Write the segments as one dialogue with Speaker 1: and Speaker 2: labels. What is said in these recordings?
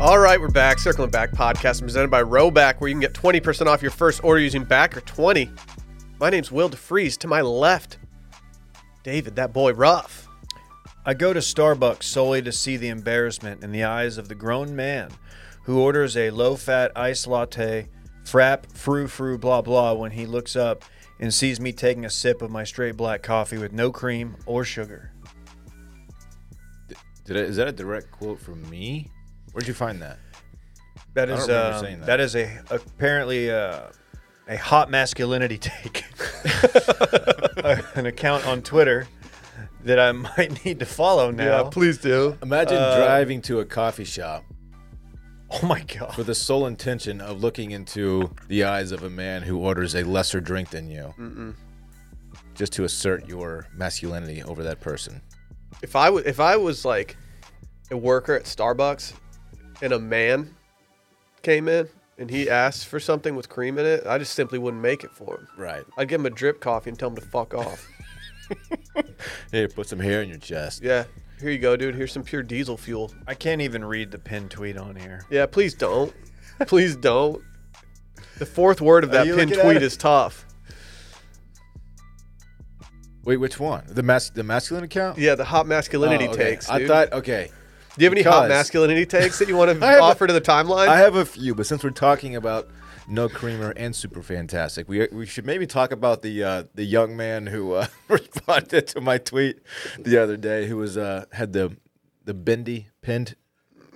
Speaker 1: All right, we're back. Circling Back podcast presented by Roback, where you can get 20% off your first order using back or 20. My name's Will DeFries. To my left, David, that boy rough.
Speaker 2: I go to Starbucks solely to see the embarrassment in the eyes of the grown man who orders a low fat iced latte, frap, frou frou, blah blah, when he looks up and sees me taking a sip of my straight black coffee with no cream or sugar.
Speaker 3: Did I, is that a direct quote from me? Where'd you find that?
Speaker 2: That
Speaker 3: I don't
Speaker 2: is
Speaker 3: remember
Speaker 2: um,
Speaker 3: seeing that.
Speaker 2: that is a apparently uh, a hot masculinity take, an account on Twitter that I might need to follow now.
Speaker 1: please do.
Speaker 3: Imagine driving to a coffee shop
Speaker 2: Oh my god!
Speaker 3: with the sole intention of looking into the eyes of a man who orders a lesser drink than you, just to assert your masculinity over that person.
Speaker 1: If I was, if I was like a worker at Starbucks, and a man came in and he asked for something with cream in it, I just simply wouldn't make it for him.
Speaker 3: Right.
Speaker 1: I'd give him a drip coffee and tell him to fuck off.
Speaker 3: Hey, put some hair in your chest.
Speaker 1: yeah, here you go, dude. Here's some pure diesel fuel.
Speaker 2: I can't even read the pinned tweet on here.
Speaker 1: Yeah, please don't. please don't. The fourth word of that
Speaker 2: you
Speaker 1: pinned
Speaker 2: looking at
Speaker 1: tweet
Speaker 2: it?
Speaker 1: is tough.
Speaker 3: Wait, which one? The mas- the masculine account?
Speaker 1: Yeah, the hot masculinity
Speaker 3: Oh, okay.
Speaker 1: takes.
Speaker 3: I
Speaker 1: dude.
Speaker 3: thought okay.
Speaker 1: Do you have any hot
Speaker 3: because-
Speaker 1: masculinity takes that you want to
Speaker 3: I have a-
Speaker 1: offer to the timeline?
Speaker 3: I have a few, but since we're talking about no creamer and super fantastic, we we should maybe talk about the uh, the young man who uh, responded to my tweet the other day, who was uh, had the the bendy pinned.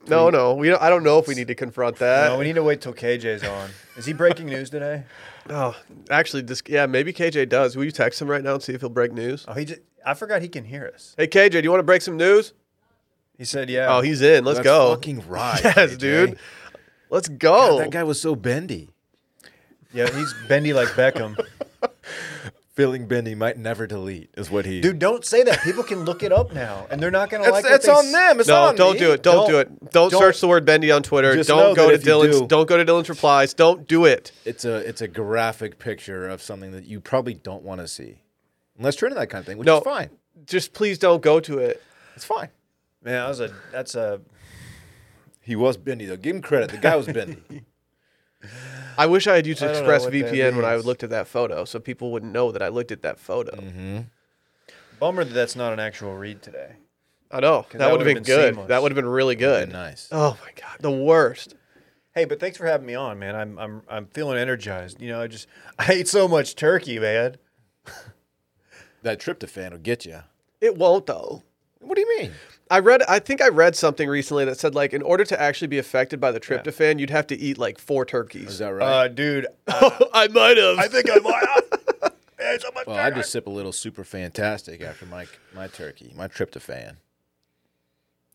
Speaker 1: no, no. We don't, I don't know if we need to confront that.
Speaker 2: No, we need to wait till KJ's on. Is he breaking news today?
Speaker 1: Oh, actually, this yeah, maybe KJ does. Will you text him right now and see if he'll break news?
Speaker 2: Oh, he just, I forgot he can hear us.
Speaker 1: Hey, KJ, do you want to break some news?
Speaker 2: He said, "Yeah."
Speaker 1: Oh, he's in. Let's
Speaker 3: Let's
Speaker 1: go.
Speaker 3: Fucking ride,
Speaker 1: yes,
Speaker 3: AJ.
Speaker 1: dude. Let's
Speaker 3: God,
Speaker 1: go.
Speaker 3: that guy was so bendy.
Speaker 2: yeah, he's bendy like Beckham.
Speaker 3: Feeling bendy might never delete is what he.
Speaker 2: Dude, don't say that. People can look it up now, and they're not gonna
Speaker 3: that's,
Speaker 2: like. what
Speaker 3: that's
Speaker 2: they
Speaker 3: on
Speaker 2: s-
Speaker 3: them. It's not
Speaker 1: no,
Speaker 3: on
Speaker 1: don't
Speaker 3: me.
Speaker 1: do it. Don't,
Speaker 2: Don't-
Speaker 1: do it. Don't,
Speaker 2: don't-
Speaker 1: search the word Bendy on Twitter.
Speaker 3: Just
Speaker 1: Don't
Speaker 3: know
Speaker 1: go to
Speaker 3: that if you
Speaker 1: Dylan's.
Speaker 3: do-
Speaker 1: not go to Dylan's replies. Don't do it.
Speaker 3: It's a it's a graphic picture of something that you probably don't want to see, unless you're into that kind of thing, which
Speaker 1: No.
Speaker 3: is fine.
Speaker 1: Just please don't go to it.
Speaker 3: It's fine.
Speaker 2: Man, that was a. That's a.
Speaker 3: He was bendy though. Give him credit. The guy was bendy.
Speaker 1: I wish I had used
Speaker 2: I don't know
Speaker 1: Express
Speaker 2: what that
Speaker 1: VPN when I
Speaker 2: means. Mm-hmm.
Speaker 1: looked at that photo, so people wouldn't know that I looked at that photo.
Speaker 2: Bummer that that's not an actual read today.
Speaker 1: I know that,
Speaker 2: that
Speaker 1: would have
Speaker 2: would've
Speaker 1: been,
Speaker 2: been
Speaker 1: good.
Speaker 2: seamless.
Speaker 1: That would have been really good.
Speaker 3: nice.
Speaker 1: Oh my god, the worst.
Speaker 2: Hey, but thanks for having me on, man. I'm I'm I'm feeling energized. You know, I just I ate so much turkey, man.
Speaker 3: That tryptophan will get you.
Speaker 1: It won't though.
Speaker 3: What do you mean?
Speaker 1: I read. I think I read something recently that said like in order to actually be affected by the tryptophan, you'd have to eat like four
Speaker 3: Is
Speaker 1: turkeys.
Speaker 3: that right?
Speaker 2: Uh, dude,
Speaker 1: I might have.
Speaker 2: I think I might. I ate so much
Speaker 3: well, I
Speaker 2: turkey.
Speaker 3: just sip a little super fantastic after my my turkey, my tryptophan.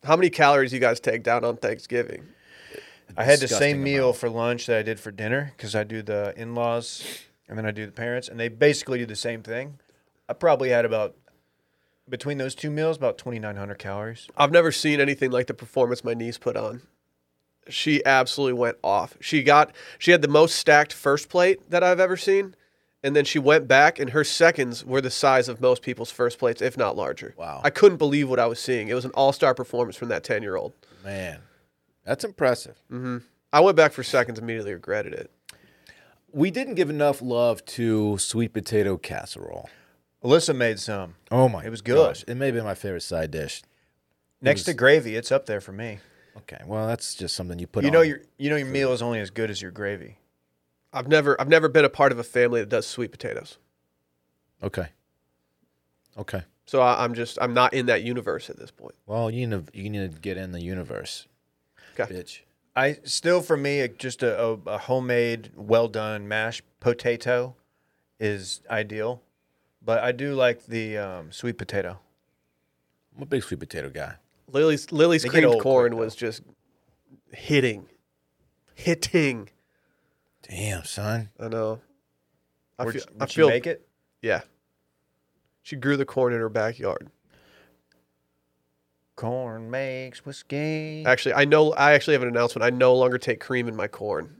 Speaker 1: How many calories you guys take down on Thanksgiving?
Speaker 2: I had the
Speaker 3: disgusting
Speaker 2: same meal for lunch that I did for dinner because I do the in laws and then I do the parents, and they basically do the same thing. I probably had about between those two meals about twenty nine hundred calories.
Speaker 1: I've never seen anything like the performance my niece put on. She absolutely went off. She got she had the most stacked first plate that I've ever seen. And then she went back and her seconds were the size of most people's first plates, if not larger.
Speaker 3: Wow.
Speaker 1: I couldn't believe what I was seeing. It was an all star performance from that ten year old.
Speaker 3: Man, that's impressive.
Speaker 1: I went back for seconds, immediately regretted it.
Speaker 3: We didn't give enough love to sweet potato casserole.
Speaker 2: Alyssa made some
Speaker 3: Oh my!
Speaker 2: It was good.
Speaker 3: It may be my favorite side dish.
Speaker 2: next to gravy. It's up there for me.
Speaker 3: Okay, well that's just something you put.
Speaker 2: You know
Speaker 3: on.
Speaker 2: your you know your meal is only as good as your gravy.
Speaker 1: I've never I've never been a part of a family that does sweet potatoes.
Speaker 3: Okay. Okay.
Speaker 1: So I, I'm just I'm not in that universe at this point.
Speaker 3: Well, you need to you need to get in the universe,
Speaker 1: Okay.
Speaker 3: bitch.
Speaker 2: I still for me it- just a, a, a homemade, well done mashed potato is ideal, but I do like the um, sweet potato.
Speaker 3: I'm a big sweet potato guy.
Speaker 1: Lily's Lily's
Speaker 2: They get
Speaker 1: creamed
Speaker 2: old
Speaker 1: corn
Speaker 2: quick,
Speaker 1: was just hitting, hitting.
Speaker 3: Damn, son.
Speaker 1: I know. I
Speaker 2: Would,
Speaker 1: feel.
Speaker 2: you-
Speaker 1: I
Speaker 2: would you
Speaker 1: feel
Speaker 2: make it?
Speaker 1: yeah. She grew the corn in her backyard.
Speaker 2: Corn makes whiskey.
Speaker 1: Actually, I know. I actually have an announcement. I no longer take cream in my corn.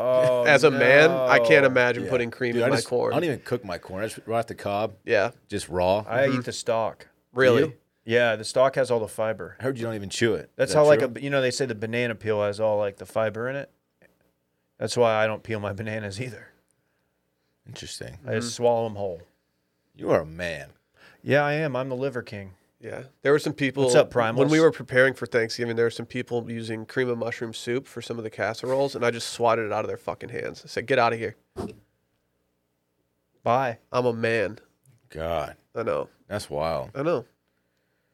Speaker 2: Oh,
Speaker 1: As a man, I can't
Speaker 2: no.
Speaker 1: imagine
Speaker 3: Yeah.
Speaker 1: putting cream
Speaker 3: Dude,
Speaker 1: in
Speaker 3: I
Speaker 1: my
Speaker 3: just- I
Speaker 1: corn.
Speaker 3: don't even cook my corn. I just right off the cob,
Speaker 1: yeah,
Speaker 3: just raw.
Speaker 2: I eat the stock.
Speaker 1: really.
Speaker 3: You?
Speaker 2: Yeah, the stalk has all the fiber.
Speaker 3: I heard you don't even chew it.
Speaker 2: That's how like a you know they say the banana peel has all like the fiber in it. That's why I don't peel my bananas either.
Speaker 3: interesting.
Speaker 2: I
Speaker 1: Mm-hmm.
Speaker 2: just swallow them whole.
Speaker 3: You are a man.
Speaker 2: Yeah, I am. I'm the liver king.
Speaker 1: Yeah, there were some people.
Speaker 2: What's up,
Speaker 1: When we
Speaker 2: primals?
Speaker 1: were preparing for Thanksgiving, there were some people using cream of mushroom soup for some of the casseroles, and I just swatted it out of their fucking hands. I said, "Get out of here!
Speaker 2: Bye.
Speaker 1: I'm a man.
Speaker 3: God,
Speaker 1: I know.
Speaker 3: that's wild.
Speaker 1: I know.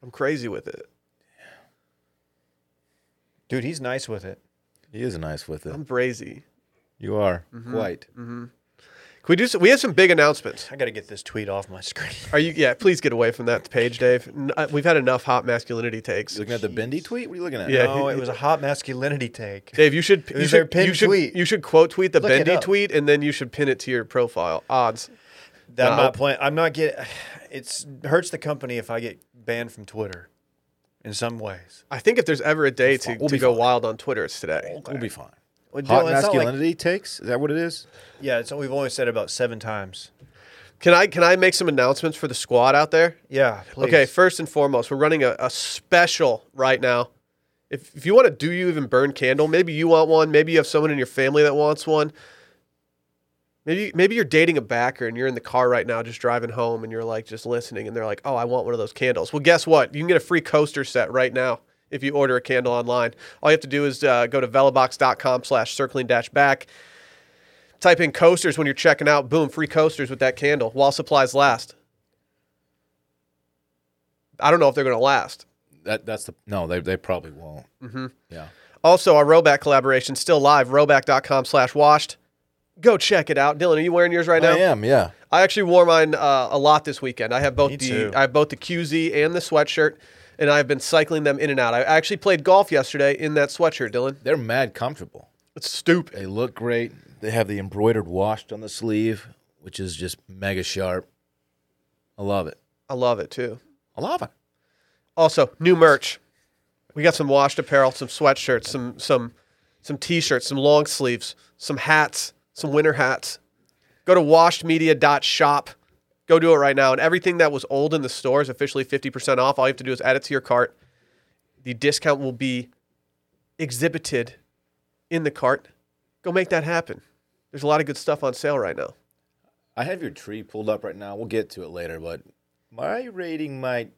Speaker 1: I'm crazy with it.
Speaker 2: Dude, he's nice with it.
Speaker 3: He is nice with it.
Speaker 1: I'm Mm-hmm. brazy."
Speaker 3: You are quite.
Speaker 1: Can we do? Some, we have some big announcements.
Speaker 2: I got to get this tweet off my screen.
Speaker 1: Are you? Yeah, please get away from that page, Dave. N- uh, we've had enough hot masculinity takes.
Speaker 3: You looking at the Bendy tweet? What are you looking at?
Speaker 1: Yeah.
Speaker 2: No, Oh, it was a hot masculinity take.
Speaker 1: Dave, you should you
Speaker 2: was their
Speaker 1: should,
Speaker 2: pinned
Speaker 1: you should
Speaker 2: tweet.
Speaker 1: you should quote tweet the
Speaker 2: Look it
Speaker 1: Bendy
Speaker 2: up.
Speaker 1: tweet and then you should pin it to your profile. Odds.
Speaker 2: That I'm
Speaker 1: No.
Speaker 2: not playing. I'm not getting. It's hurts the company if I get banned from Twitter, in some ways.
Speaker 1: I think if there's ever a day to,
Speaker 3: fine. We'll
Speaker 1: to
Speaker 3: be
Speaker 1: go
Speaker 3: fine.
Speaker 1: wild on Twitter, it's today.
Speaker 3: We'll be fine.
Speaker 2: Well, Dylan,
Speaker 3: Hot
Speaker 2: it's not like-
Speaker 3: masculinity takes? Is that what it is?
Speaker 2: yeah, it's we've only said it about seven times.
Speaker 1: Can I can I make some announcements for the squad out there?
Speaker 2: Yeah. Please.
Speaker 1: Okay, first and foremost, we're running a, a special right now. If, if you want a do you even burn candle, maybe you want one, maybe you have someone in your family that wants one. Maybe maybe you're dating a backer and you're in the car right now just driving home and you're like just listening and they're like, "Oh, I want one of those candles." Well, guess what? You can get a free coaster set right now if you order a candle online. All you have to do is uh, go to velobox.com slash circling dash back type in coasters when you're checking out boom free coasters with that candle while supplies last i don't know if they're going to last
Speaker 3: That that's the no. They they probably won't.
Speaker 1: Mm-hmm.
Speaker 3: Yeah.
Speaker 1: also our roback collaboration still live roback.com slash washed go check it out dylan are you wearing yours right now
Speaker 3: I am. Oh, Yeah.
Speaker 1: I actually wore mine uh, a lot this weekend. I have both
Speaker 2: Me
Speaker 1: the
Speaker 2: too.
Speaker 1: I have both the QZ and the sweatshirt, and I've been cycling them in and out. I actually played golf yesterday in that sweatshirt, Dylan.
Speaker 3: They're mad comfortable.
Speaker 1: It's stupid.
Speaker 3: They look great. They have the embroidered washed on the sleeve, which is just mega sharp. I love it.
Speaker 1: I love it too.
Speaker 3: I love it.
Speaker 1: Also, new merch. We got some washed apparel, some sweatshirts, some some some t-shirts, some long sleeves, some hats, some winter hats. Go to washedmedia.shop. Go do it right now. And everything that was old in the store is officially 50% off. All you have to do is add it to your cart. The discount will be exhibited in the cart. Go make that happen. There's a lot of good stuff on sale right now.
Speaker 3: I have your tree pulled up right now. We'll get to it later, but my rating might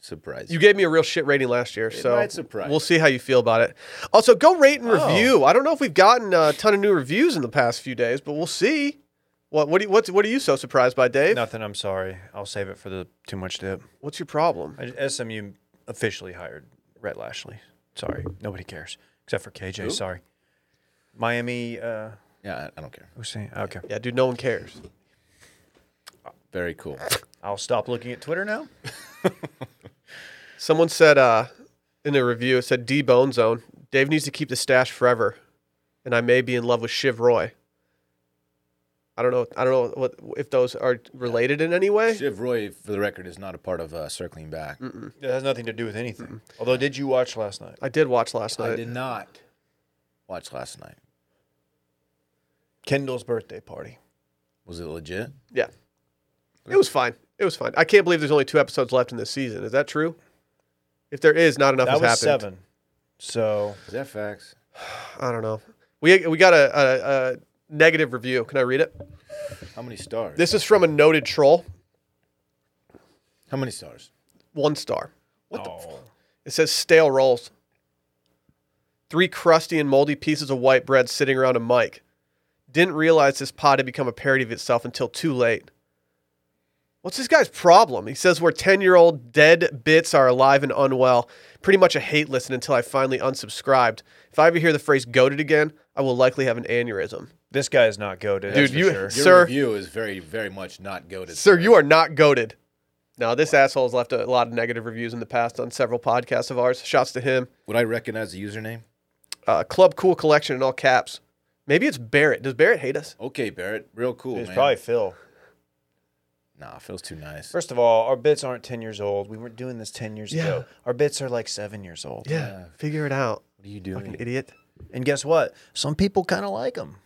Speaker 3: surprise
Speaker 1: You
Speaker 3: you.
Speaker 1: gave me a real shit rating last year, so
Speaker 3: might surprise.
Speaker 1: we'll see how you feel about it. Also, go rate and
Speaker 3: Oh.
Speaker 1: review. I don't know if we've gotten a ton of new reviews in the past few days, but we'll see. What what do you, what, what are you so surprised by, Dave?
Speaker 2: Nothing. I'm sorry. I'll save it for the too much dip.
Speaker 1: What's your problem?
Speaker 2: I, SMU officially hired Rhett Lashley. Sorry, nobody cares except for KJ. Sorry, Miami. Uh,
Speaker 3: Yeah, I, I don't care.
Speaker 2: who's saying? Okay,
Speaker 1: Yeah, dude, no one cares.
Speaker 3: Very cool.
Speaker 2: I'll stop looking at Twitter now.
Speaker 1: Someone said uh, in a review, it said D Bone Zone. Dave needs to keep the stash forever, and I may be in love with Shiv Roy. I don't know. I don't know what if those are related in any way.
Speaker 3: Shiv Roy, for the record, is not a part of uh, circling back.
Speaker 1: Mm,
Speaker 2: It has nothing to do with anything. Although, did you watch last night?
Speaker 1: I did watch last night.
Speaker 3: I did not watch last night.
Speaker 2: Kendall's birthday party.
Speaker 3: Was it legit?
Speaker 1: Yeah. It was fine. It was fine. I can't believe there's only two episodes left in this season. Is that true? If there is, not enough
Speaker 2: That
Speaker 1: has
Speaker 2: was
Speaker 1: happened.
Speaker 2: seven. So
Speaker 3: Is that facts?
Speaker 1: I don't know. We we got a, a, a negative review. Can I read it?
Speaker 3: How many stars?
Speaker 1: This is from a noted troll.
Speaker 3: How many stars?
Speaker 1: One star.
Speaker 3: What the?
Speaker 1: Oh.
Speaker 3: F-
Speaker 1: It says stale rolls. Three crusty and moldy pieces of white bread sitting around a mic. Didn't realize this pod had become a parody of itself until too late. What's this guy's problem? He says where 10 year old dead bits are alive and unwell. Pretty much a hate listen until I finally unsubscribed. If I ever hear the phrase goaded again, I will likely have an aneurysm.
Speaker 2: this guy is not goaded.
Speaker 1: Dude,
Speaker 2: that's for
Speaker 1: you-
Speaker 2: sure.
Speaker 3: Your
Speaker 1: Sir-
Speaker 3: review is very, very much not goaded.
Speaker 1: Sir, you are not goaded. Now, this asshole's left a lot of negative reviews in the past on several podcasts of ours. Shouts to him.
Speaker 3: Would I recognize the username?
Speaker 1: uh, Club Cool Collection in all caps. Maybe it's Barrett. Does Barrett hate us?
Speaker 3: Okay, Barrett. Real cool,
Speaker 2: it's
Speaker 3: man.
Speaker 2: probably Phil.
Speaker 3: Nah, feels too nice.
Speaker 2: First of all, our bits aren't ten years old. We weren't doing this ten years
Speaker 1: Yeah.
Speaker 2: ago. Our bits are like seven years old.
Speaker 1: Yeah. Figure it out,
Speaker 3: What are you doing?
Speaker 1: idiot.
Speaker 2: And guess what? Some people kind of like them.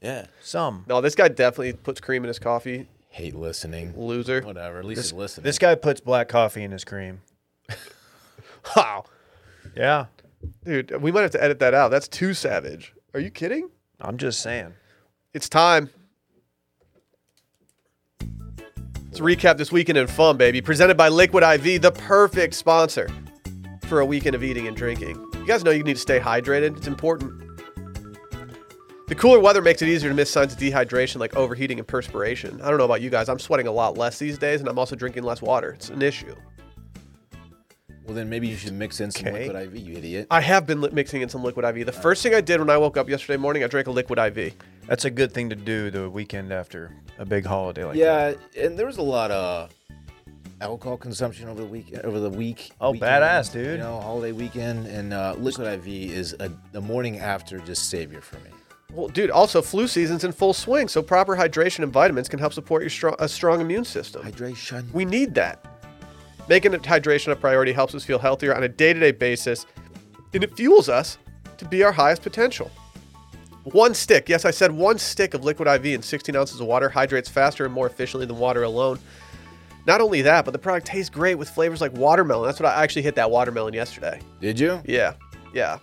Speaker 3: yeah.
Speaker 2: Some.
Speaker 1: No, this guy definitely puts cream in his coffee.
Speaker 3: Hate listening.
Speaker 1: Loser.
Speaker 3: Whatever. At least he's listening.
Speaker 2: This guy puts black coffee in his cream.
Speaker 1: Wow.
Speaker 2: Yeah,
Speaker 1: Dude, we might have to edit that out. That's too savage. Are you kidding?
Speaker 2: I'm just saying.
Speaker 1: It's time. Let's recap this weekend in fun, baby. Presented by Liquid IV, the perfect sponsor for a weekend of eating and drinking. You guys know you need to stay hydrated, it's important. The cooler weather makes it easier to miss signs of dehydration like overheating and perspiration. I don't know about you guys, I'm sweating a lot less these days, and I'm also drinking less water. It's an issue.
Speaker 3: Well, then maybe you should mix in some
Speaker 2: Okay.
Speaker 3: liquid IV, you idiot.
Speaker 1: I have been li- mixing in some liquid IV. The first thing I did when I woke up yesterday morning, I drank a liquid IV.
Speaker 2: That's a good thing to do the weekend after a big holiday like that.
Speaker 3: Yeah, and there was a lot of alcohol consumption over the week. Over the week.
Speaker 2: Oh,
Speaker 3: weekend,
Speaker 2: badass, dude.
Speaker 3: You know, holiday weekend, and uh, liquid IV is a, the morning after just savior for me.
Speaker 1: Well, dude, also flu season's in full swing, so proper hydration and vitamins can help support your strong, a strong immune system.
Speaker 3: Hydration.
Speaker 1: We need that. Making it- hydration a priority helps us feel healthier on a day to day basis, and it fuels us to be our highest potential. One stick, yes, I said one stick of liquid IV in 16 ounces of water hydrates faster and more efficiently than water alone. Not only that, but the product tastes great with flavors like watermelon. That's what I I actually hit that watermelon yesterday.
Speaker 3: Did you?
Speaker 1: Yeah, yeah.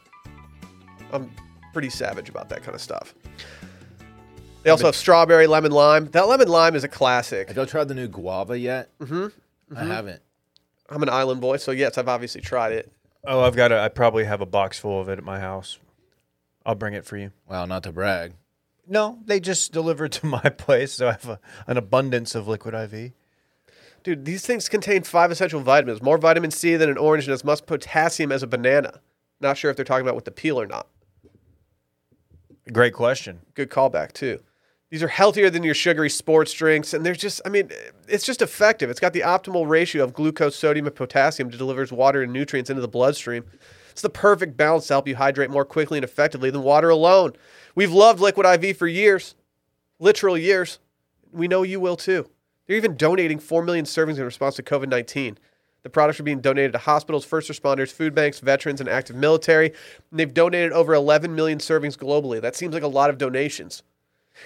Speaker 1: I'm pretty savage about that kind of stuff. They also have strawberry, lemon, lime. That lemon lime is a classic.
Speaker 3: Have y'all tried the new guava yet? Mm-hmm. I haven't.
Speaker 1: I'm an island boy, so yes, I've obviously tried it.
Speaker 2: Oh, I've got a. I probably have a box full of it at my house. I'll bring it for you.
Speaker 3: Wow, not to brag.
Speaker 2: No, they just deliver it to my place, so I have a, an abundance of liquid IV.
Speaker 1: Dude, these things contain five essential vitamins more vitamin C than an orange and as much potassium as a banana. Not sure if they're talking about with the peel or not.
Speaker 2: Great question.
Speaker 1: Good callback, too. These are healthier than your sugary sports drinks, and they're just, I mean, it's just effective. It's got the optimal ratio of glucose, sodium, and potassium to delivers water and nutrients into the bloodstream. It's the perfect balance to help you hydrate more quickly and effectively than water alone. We've loved Liquid IV for years, literal years. We know you will too. They're even donating 4 million servings in response to COVID 19. The products are being donated to hospitals, first responders, food banks, veterans, and active military. And they've donated over 11 million servings globally. That seems like a lot of donations.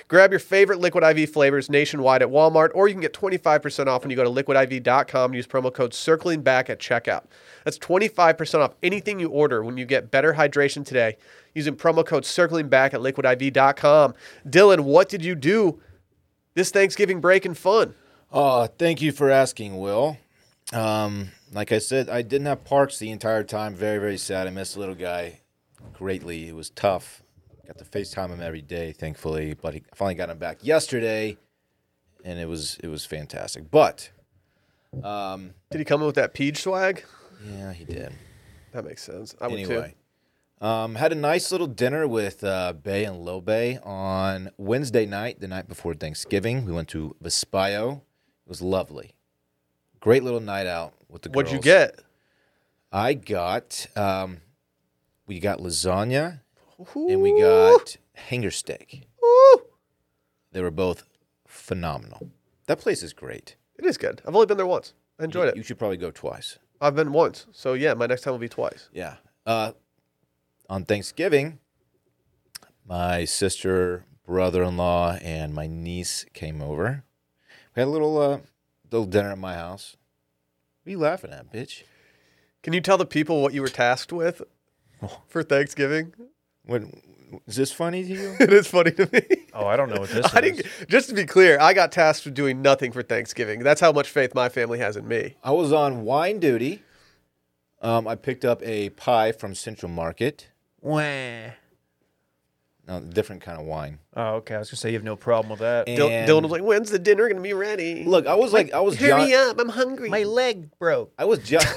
Speaker 1: Grab your favorite Liquid IV flavors nationwide at Walmart, or you can get 25% off when you go to liquidiv.com and use promo code circling back at checkout. That's 25% off anything you order when you get better hydration today using promo code circling back at liquidiv.com. Dylan, what did you do this Thanksgiving break and fun?
Speaker 3: Oh, thank you for asking, Will. Um, like I said, I didn't have Parks the entire time. Very, very sad. I missed the little guy greatly. It was tough. Got to FaceTime him every day, thankfully. But he I finally got him back yesterday, and it was it was fantastic. But um,
Speaker 1: Did he come in with that peach swag?
Speaker 3: yeah, he did.
Speaker 1: That makes sense. I would
Speaker 3: anyway.
Speaker 1: too.
Speaker 3: Um, had a nice little dinner with uh, Bay and Low Bay on Wednesday night, the night before Thanksgiving. We went to Vespayo. It was lovely. Great little night out with the girls.
Speaker 1: What'd you get?
Speaker 3: I got, um, we got lasagna and we got hanger steak.
Speaker 1: Ooh,
Speaker 3: They were both phenomenal. That place is great.
Speaker 1: it is good. I've only been there once. I enjoyed
Speaker 3: You
Speaker 1: it.
Speaker 3: should probably go twice.
Speaker 1: I've been once, so yeah, my next time will be twice.
Speaker 3: Yeah. Uh, on Thanksgiving, my sister, brother-in-law, and my niece came over. We had a little uh, little dinner at my house. What are you laughing at, bitch?
Speaker 1: Can you tell the people what you were tasked with
Speaker 3: Oh.
Speaker 1: for Thanksgiving?
Speaker 3: What is this funny to you?
Speaker 1: It is funny to me.
Speaker 2: Oh, I don't know what this
Speaker 1: I
Speaker 2: is.
Speaker 1: didn't. Just to be clear, I got tasked with doing nothing for Thanksgiving. That's how much faith my family has in me.
Speaker 3: I was on wine duty. Um, I picked up a pie from Central Market.
Speaker 2: Wah.
Speaker 3: Now, different kind of wine.
Speaker 2: Oh, okay. I was gonna say you have no problem with that.
Speaker 1: Dil-
Speaker 3: And-
Speaker 1: Dylan was like, "When's the dinner gonna be ready?"
Speaker 3: "Look, I was like, I was,
Speaker 1: hurry
Speaker 3: John-
Speaker 1: up! I'm hungry.
Speaker 2: leg broke.
Speaker 3: I was John."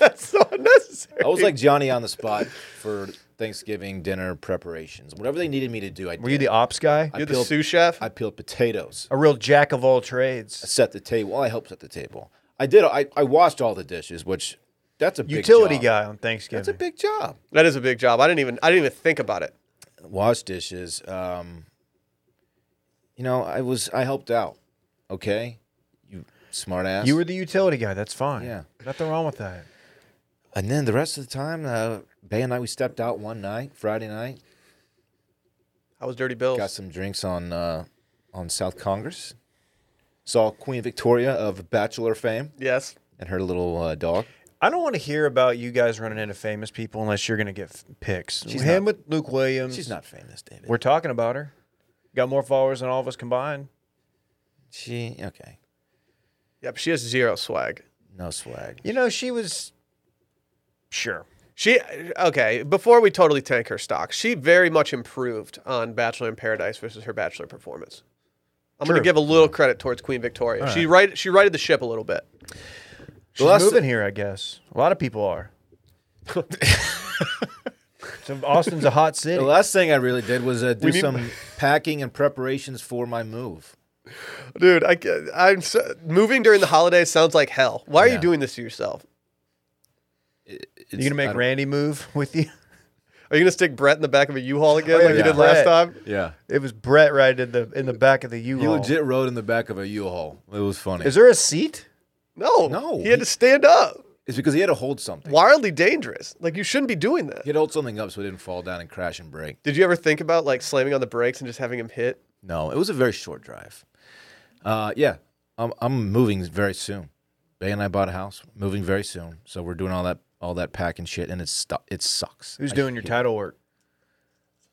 Speaker 1: That's so unnecessary.
Speaker 3: I was like Johnny on the spot for Thanksgiving dinner preparations. Whatever they needed me to do, I did.
Speaker 2: Were you the ops guy?
Speaker 3: I
Speaker 1: "You're the
Speaker 3: peeled-
Speaker 1: sous chef."
Speaker 3: I peeled potatoes.
Speaker 2: A real jack of all
Speaker 3: I
Speaker 2: trades.
Speaker 3: set the table. I helped set the table. I did. I, I washed all the dishes, which that's a big
Speaker 2: Utility
Speaker 3: job.
Speaker 2: guy on
Speaker 3: That's a
Speaker 2: Thanksgiving.
Speaker 3: big job.
Speaker 1: that is a big job. I didn't even. I didn't even think about it.
Speaker 3: Wash dishes. Um, you know, I was I helped out. Okay, you smart ass.
Speaker 2: you were the utility guy. That's fine.
Speaker 3: Yeah.
Speaker 2: Nothing wrong with that.
Speaker 3: And then the rest of the time, uh, Bay and I we stepped out one night, Friday night,
Speaker 1: I was dirty bills.
Speaker 3: got some drinks on uh, on South Congress. Saw Queen Victoria of Bachelor fame
Speaker 1: Yes.
Speaker 3: and her little uh, dog.
Speaker 2: I don't want to hear about you guys running into famous people unless you're going to get f- picks.
Speaker 3: She's
Speaker 2: Him
Speaker 3: not-
Speaker 2: with Luke Williams.
Speaker 3: She's not famous, David.
Speaker 2: We're talking about her. Got more followers than all of us combined.
Speaker 3: She okay.
Speaker 1: Yep, she has zero swag.
Speaker 3: No swag.
Speaker 2: You know, she was. Sure.
Speaker 1: She okay. Before we totally tank her stock, she very much improved on Bachelor in Paradise versus her Bachelor performance. I'm going
Speaker 2: True.
Speaker 1: to give a little credit towards Queen Victoria. She right she righted the ship a little bit.
Speaker 2: She's
Speaker 3: last-
Speaker 2: moving here, I guess. A lot of people are. so Austin's a hot city.
Speaker 3: The last thing I really did was uh, do
Speaker 1: need-
Speaker 3: some packing and preparations for my move.
Speaker 1: Dude, I ca- I'm so, moving during the holidays sounds like hell. Why are you doing this to yourself?
Speaker 2: You gonna make Randy move with you?
Speaker 1: Are you going to stick Brett in the back of a U-Haul again
Speaker 2: yeah,
Speaker 1: like you
Speaker 3: yeah.
Speaker 1: did last
Speaker 2: Brett.
Speaker 1: time?
Speaker 3: Yeah,
Speaker 2: It was Brett right in the in the back of the U.
Speaker 3: he legit rode in the back of a U-Haul. It was funny.
Speaker 2: Oh. Is there a seat?
Speaker 1: No.
Speaker 3: No,
Speaker 1: He had
Speaker 3: he-
Speaker 1: to stand up.
Speaker 3: it's because he had to hold something.
Speaker 1: Wildly dangerous. Like you shouldn't be doing that.
Speaker 3: He had to hold something up so it didn't fall down and crash and break.
Speaker 1: Did you ever think about like slamming on the brakes and just having him hit?
Speaker 3: No, it was a very short drive. Uh, yeah, I'm, I'm moving very soon. Bay and I bought a house, moving very soon, so we're doing all that all that packing shit, and it's stu- it sucks.
Speaker 2: Who's
Speaker 3: I
Speaker 2: doing your
Speaker 3: hate-
Speaker 2: title work?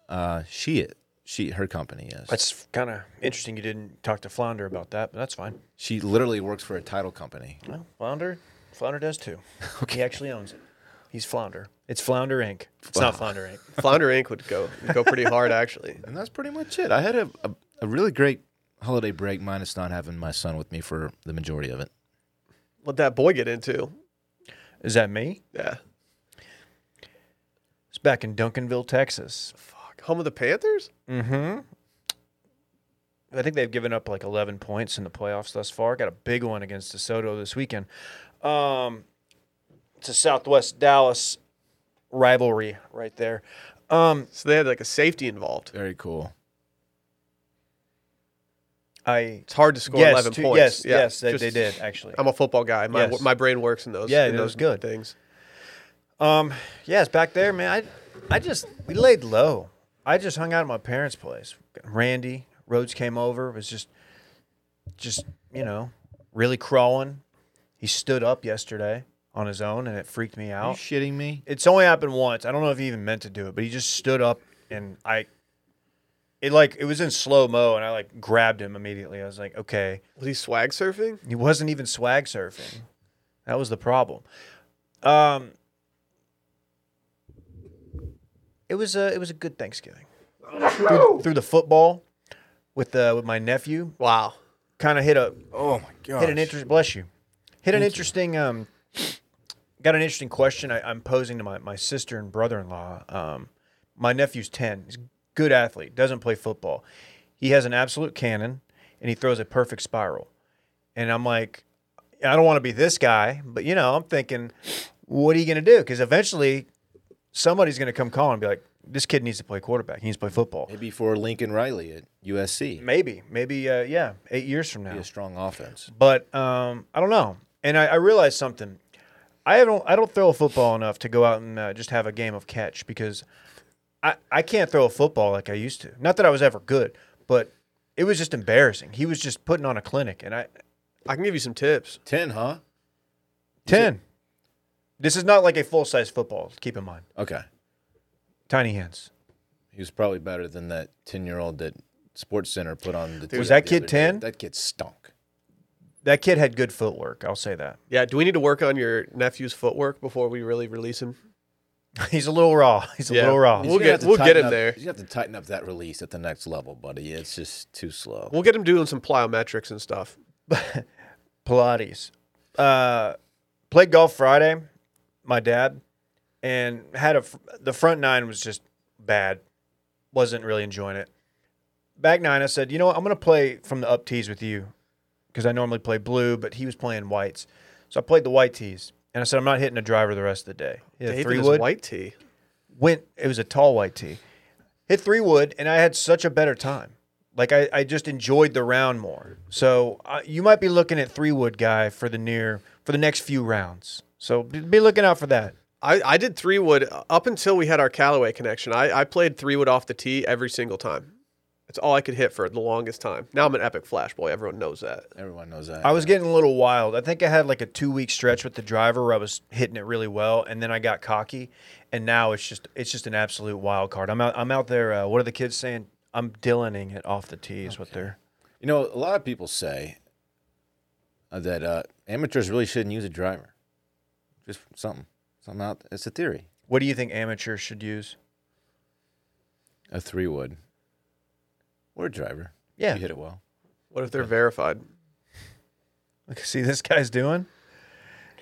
Speaker 3: Uh, she it she her company is.
Speaker 2: That's kind of interesting. You didn't talk to Flounder about that, but that's fine.
Speaker 3: She literally works for a title company.
Speaker 2: Well, Flounder, Flounder does too. He actually owns it. He's Flounder. It's Flounder Inc. It's not Flounder Inc.
Speaker 1: Flounder Inc. would go would go pretty hard actually.
Speaker 3: And that's pretty much it. I had a, a, a really great holiday break, minus not having my son with me for the majority of it.
Speaker 1: Let that boy get into.
Speaker 2: Is that me?
Speaker 1: Yeah.
Speaker 2: It's back in Duncanville, Texas.
Speaker 1: Fuck. Home of the Panthers?
Speaker 2: Mm-hmm. I think they've given up like 11 points in the playoffs thus far. Got a big one against DeSoto this weekend. Um, it's a Southwest Dallas rivalry right there. Um,
Speaker 1: So they had like a safety involved.
Speaker 3: Very cool.
Speaker 2: I
Speaker 1: It's hard to score
Speaker 2: yes,
Speaker 1: 11
Speaker 2: two-
Speaker 1: points.
Speaker 2: Yes,
Speaker 1: Yeah,
Speaker 2: yes, they,
Speaker 1: just-
Speaker 2: they did actually.
Speaker 1: I'm a football guy. My
Speaker 2: Yes.
Speaker 1: my brain works in those
Speaker 2: Yeah,
Speaker 1: in
Speaker 2: it
Speaker 1: those
Speaker 2: was good.
Speaker 1: things.
Speaker 2: Um, yeah, it's back there, man. I, I just we laid low. I just hung out at my parents' place. Randy Rhodes came over. Was just, just you know, really crawling. He stood up yesterday on his own, and it freaked me
Speaker 3: Are you
Speaker 2: out.
Speaker 3: shitting me?
Speaker 2: It's only happened once. I don't know if he even meant to do it, but he just stood up, and I, it like it was in slow mo, and I like grabbed him immediately. I was like, okay,
Speaker 1: Was he swag surfing?
Speaker 2: he wasn't even swag surfing. That was the problem. Um, it was a it was a good Thanksgiving. Through, through the football with the with my nephew,
Speaker 1: Wow.
Speaker 2: kind of hit a
Speaker 3: Oh my god!
Speaker 2: hit an interest. Bless you. Hit an interesting. Um, got an interesting question I, I'm posing to my, my sister and brother in law. Um, my nephew's ten. He's a good athlete. Doesn't play football. He has an absolute cannon, and he throws a perfect spiral. And I'm like, I don't want to be this guy, but you know, I'm thinking, what are you going to do? Because eventually, somebody's going to come calling and be like, this kid needs to play quarterback. He needs to play football.
Speaker 3: Maybe for Lincoln Riley at USC,
Speaker 2: Maybe, maybe, uh, yeah, eight years from now.
Speaker 3: be a strong offense.
Speaker 2: But um, I don't know. And I, I realized something. I don't I don't throw a football enough to go out and uh, just have a game of catch because I, I can't throw a football like I used to. Not that I was ever good, but it was just embarrassing. He was just putting on a clinic, and I
Speaker 1: I can give you some tips.
Speaker 3: Ten, huh?
Speaker 2: ten. This is not like a full size football. Keep in mind,
Speaker 3: Okay,
Speaker 2: tiny hands.
Speaker 3: he was probably better than that ten-year-old that Sports Center put on the.
Speaker 2: Was that
Speaker 3: the
Speaker 2: kid
Speaker 3: other day.
Speaker 2: 10?
Speaker 3: That kid stunk.
Speaker 2: That kid had good footwork. I'll say that.
Speaker 1: Yeah, do we need to work on your nephew's footwork before we really release him?
Speaker 2: He's a little raw. He's a
Speaker 1: Yeah.
Speaker 2: little raw.
Speaker 1: We'll
Speaker 3: He's gonna
Speaker 1: get-
Speaker 3: have to
Speaker 1: we'll get
Speaker 3: tighten
Speaker 1: him
Speaker 3: up-
Speaker 1: there.
Speaker 3: He's gonna have to tighten up that release at the next level, buddy. It's just too slow.
Speaker 1: We'll get him doing some plyometrics and stuff.
Speaker 2: Pilates. Uh, played golf Friday, my dad, and had a fr- the front nine was just bad. Wasn't really enjoying it. Back nine, I said, you know what, I'm gonna play from the up tees with you because I normally play blue, but he was playing whites, so I played the white tees. And I said, I'm not hitting a driver the rest of the day. Hit a
Speaker 1: David
Speaker 2: three
Speaker 1: is
Speaker 2: wood
Speaker 1: white tee.
Speaker 2: went it was a tall white tee hit three wood and i had such a better time like i, I just enjoyed the round more so uh, you might be looking at three wood guy for the near for the next few rounds so be, be looking out for that
Speaker 1: I, I did uh, three wood up until we had our Callaway connection. I, I played three wood off the tee every single time. It's all I could hit for the longest time. Now I'm an epic flash boy. Everyone knows that.
Speaker 3: Everyone knows that.
Speaker 2: I was getting a little wild. I think I had like a two week stretch with the driver where I was hitting it really well, and then I got cocky, and now it's just it's just an absolute wild card. I'm out I'm out there. Uh, what are the kids saying? I'm Dylaning it off the tee is what they're.
Speaker 3: You know, a lot of people say uh, that uh, amateurs really shouldn't use a driver. Just something, something out. It's a theory.
Speaker 2: What do you think amateurs should use?
Speaker 3: A three wood or a driver.
Speaker 2: Yeah.
Speaker 3: you hit it well.
Speaker 1: What if they're verified?
Speaker 2: Look, see this guy's doing.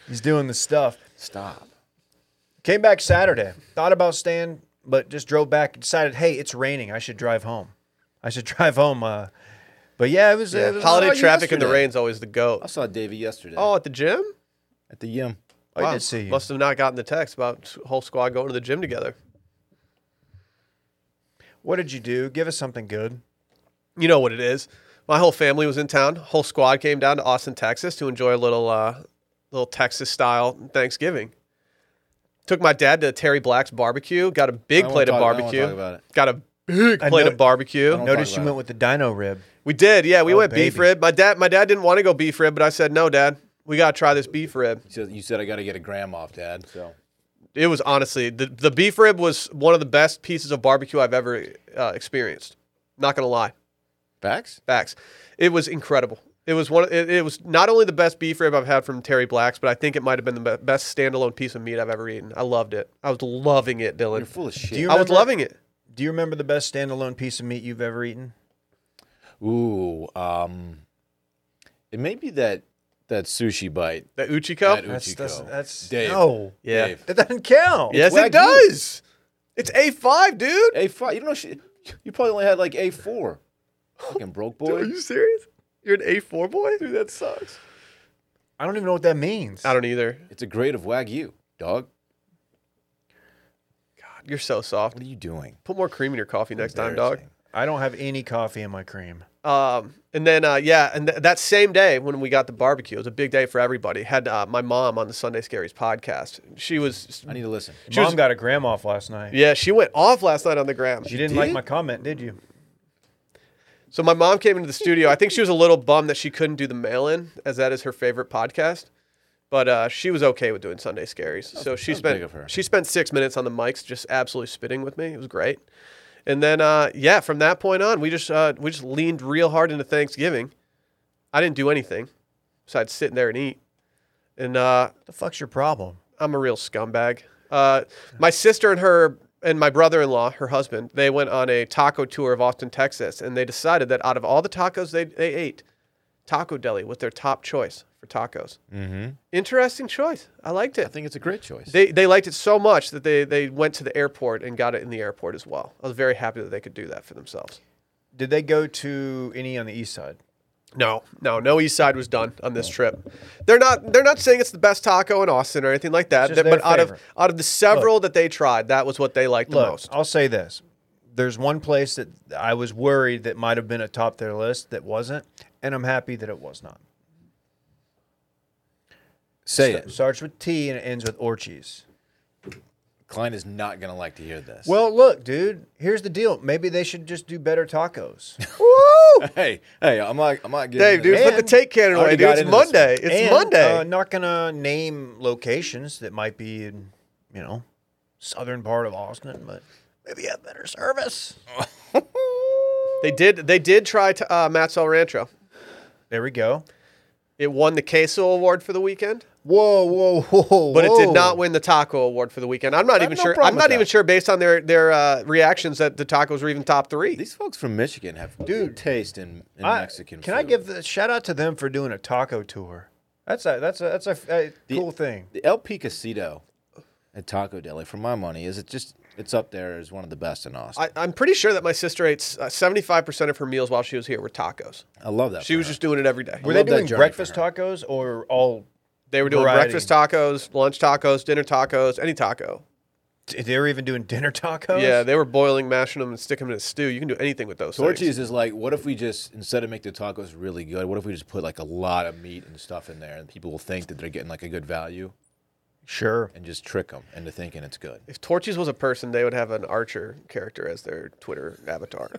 Speaker 2: He's doing the stuff.
Speaker 3: Stop.
Speaker 2: Came back Saturday. Thought about staying, but just drove back. and Decided, hey, it's raining. I should drive home. I should drive home. Uh, but yeah, it was, uh, it was-
Speaker 1: Holiday
Speaker 3: about you
Speaker 1: traffic in the
Speaker 3: yesterday?
Speaker 1: rain's always the
Speaker 3: I
Speaker 1: goat.
Speaker 3: saw Davey yesterday
Speaker 1: Oh, at the gym?
Speaker 3: at the gym.
Speaker 2: I did see you.
Speaker 1: Must have not gotten the text about whole squad going to the gym together.
Speaker 2: What did you do? Give us something good.
Speaker 1: you know what it is. My whole family was in town. Whole squad came down to Austin, Texas, to enjoy a little, uh, little Texas style Thanksgiving. Took my dad to Terry Black's barbecue. Got a big
Speaker 3: I won't
Speaker 1: plate of
Speaker 3: talk- I won't
Speaker 1: barbecue.
Speaker 3: talk about it.
Speaker 1: Got a big
Speaker 2: I
Speaker 1: plate
Speaker 2: know-
Speaker 1: of barbecue.
Speaker 3: don't-
Speaker 2: Notice
Speaker 3: talk
Speaker 2: you
Speaker 3: about
Speaker 2: went with the dino rib.
Speaker 1: We did, yeah. We
Speaker 2: Oh,
Speaker 1: went beef
Speaker 2: baby.
Speaker 1: rib. My dad, my dad didn't want to go beef rib, but I said, "No, Dad, we gotta try this beef rib."
Speaker 3: You said, you said I got to get a gram off, Dad. So
Speaker 1: It was honestly the the beef rib was one of the best pieces of barbecue I've ever uh, experienced. Not gonna lie.
Speaker 3: facts.
Speaker 1: Facts. It was incredible. It was one. It, it was not only the best beef rib I've had from Terry Black's, but I think it might have been the be- best standalone piece of meat I've ever eaten. I loved it. I was loving it,
Speaker 3: You're
Speaker 1: Dylan.
Speaker 3: full of shit.
Speaker 2: Do you
Speaker 1: I was
Speaker 2: remember-
Speaker 1: loving it.
Speaker 2: Do you remember the best standalone piece of meat you've ever eaten?
Speaker 3: Ooh, um, it may be that that sushi bite.
Speaker 1: The
Speaker 3: That
Speaker 1: Uchiko.
Speaker 2: That's
Speaker 3: Uchiko.
Speaker 2: that's, that's
Speaker 3: Dave.
Speaker 2: no.
Speaker 1: yeah.
Speaker 3: Dave.
Speaker 2: That doesn't count.
Speaker 1: yes,
Speaker 3: wagyu.
Speaker 1: it does. It's A five, dude.
Speaker 3: A five. You don't know shit. You probably only had like a four. Fucking broke boy.
Speaker 1: serious? You're an A four boy, dude. That sucks.
Speaker 2: I don't even know what that means.
Speaker 1: I don't either.
Speaker 3: It's a grade of wagyu, dog.
Speaker 1: God, you're so soft.
Speaker 3: What are you doing?
Speaker 1: Put more cream in your coffee next time, dog.
Speaker 3: Embarrassing.
Speaker 2: I don't have any coffee in my cream.
Speaker 1: Um, and then uh, yeah, and th- that same day when we got the barbecue, it was a big day for everybody. Had uh, my mom on the Sunday Scaries podcast. She was
Speaker 3: I need to listen.
Speaker 1: She
Speaker 2: Mom
Speaker 1: was-
Speaker 2: got a gram off last night.
Speaker 1: Yeah, she went off last night on the gram.
Speaker 2: You didn't like
Speaker 3: did?
Speaker 2: my comment, did you?
Speaker 1: So my mom came into the studio. I think she was a little bummed that she couldn't do the mail in, as that is her favorite podcast. But uh, she was okay with doing Sunday Scaries. so she
Speaker 3: that's
Speaker 1: spent
Speaker 3: big of her.
Speaker 1: she spent six minutes on the mics, just absolutely spitting with me. It was great. And then uh, yeah, from that point on, we just uh, we just leaned real hard into Thanksgiving. I didn't do anything besides sitting there and eat. And uh,
Speaker 2: What the fuck's your problem?
Speaker 1: I'm a real scumbag. Uh, my sister and her and my brother-in-law, her husband, they went on a taco tour of Austin, Texas, and they decided that out of all the tacos they they ate, Taco Deli was their top choice for tacos.
Speaker 3: Mm-hmm.
Speaker 1: Interesting choice. I liked
Speaker 3: I
Speaker 1: it.
Speaker 3: think it's a great choice.
Speaker 1: They they liked it so much that they they went to the airport and got it in the airport as well. I was very happy that they could do that for themselves.
Speaker 2: Did they go to any on the east side?
Speaker 1: No, no, no. East Side was done on this trip. They're not. They're not saying it's the best taco in Austin or anything like that.
Speaker 2: It's just
Speaker 1: but
Speaker 2: their
Speaker 1: out of
Speaker 2: favorite.
Speaker 1: out of the several that they tried, that was what they liked the
Speaker 2: Look,
Speaker 1: most.
Speaker 2: I'll say this. There's one place that I was worried that might have been atop their list that wasn't, and I'm happy that it was not.
Speaker 3: Say
Speaker 2: It
Speaker 3: it.
Speaker 2: starts with T and it ends with Orchis.
Speaker 3: Klein is not gonna like to hear this.
Speaker 2: Well, look, dude, here's the deal. Maybe they should just do better tacos.
Speaker 1: Woo!
Speaker 3: hey, hey, I'm not, I'm not getting
Speaker 1: Dave,
Speaker 3: into
Speaker 1: dude,
Speaker 3: this.
Speaker 1: put the
Speaker 2: And-
Speaker 1: take cannon
Speaker 3: I already
Speaker 1: away, dude.
Speaker 3: got
Speaker 1: It's
Speaker 3: into this
Speaker 1: Monday.
Speaker 3: one.
Speaker 1: It's
Speaker 2: And,
Speaker 1: Monday.
Speaker 2: Uh, not gonna name locations that might be in, you know, southern part of Austin, but maybe have better service.
Speaker 1: they did. They did try to, uh, Matt's El Rancho.
Speaker 2: There we go.
Speaker 1: It won the queso award for the weekend,
Speaker 2: Whoa, whoa, whoa!
Speaker 1: but it did
Speaker 2: whoa.
Speaker 1: not win the taco award for the weekend. I'm not
Speaker 3: Oh. have
Speaker 1: even
Speaker 3: no
Speaker 1: sure.
Speaker 3: problem
Speaker 1: I'm
Speaker 3: with
Speaker 1: not
Speaker 3: that.
Speaker 1: even sure based on their their uh, reactions that the tacos were even top three.
Speaker 3: These folks from Michigan have good taste in, in
Speaker 2: I-
Speaker 3: Mexican
Speaker 2: Can
Speaker 3: food.
Speaker 2: I give the shout out to them for doing a taco tour? That's a that's a that's a, a cool thing.
Speaker 3: the El Picacito at Taco Deli? For my money, is it just it's up there as one of the best in Austin.
Speaker 1: I, I'm pretty sure that my sister ate s- uh, 75% of her meals while she was here were tacos.
Speaker 3: I, love that.
Speaker 1: She
Speaker 3: for
Speaker 1: was
Speaker 3: her.
Speaker 1: just doing it every day.
Speaker 2: Were they
Speaker 3: love that
Speaker 2: doing
Speaker 3: journey for
Speaker 2: breakfast tacos or all?
Speaker 1: They were doing
Speaker 2: Variety.
Speaker 1: breakfast tacos, lunch tacos, dinner tacos, any taco.
Speaker 2: They were even doing dinner tacos.
Speaker 1: Yeah, they were boiling, mashing them, and sticking them in a stew. You can do anything with those. things.
Speaker 3: Torchies is like, what if we just instead of make the tacos really good, what if we just put like a lot of meat and stuff in there, and people will think that they're getting like a good value,
Speaker 2: sure.
Speaker 3: and just trick them into thinking it's good.
Speaker 1: If Torchies was a person, they would have an Archer character as their Twitter avatar.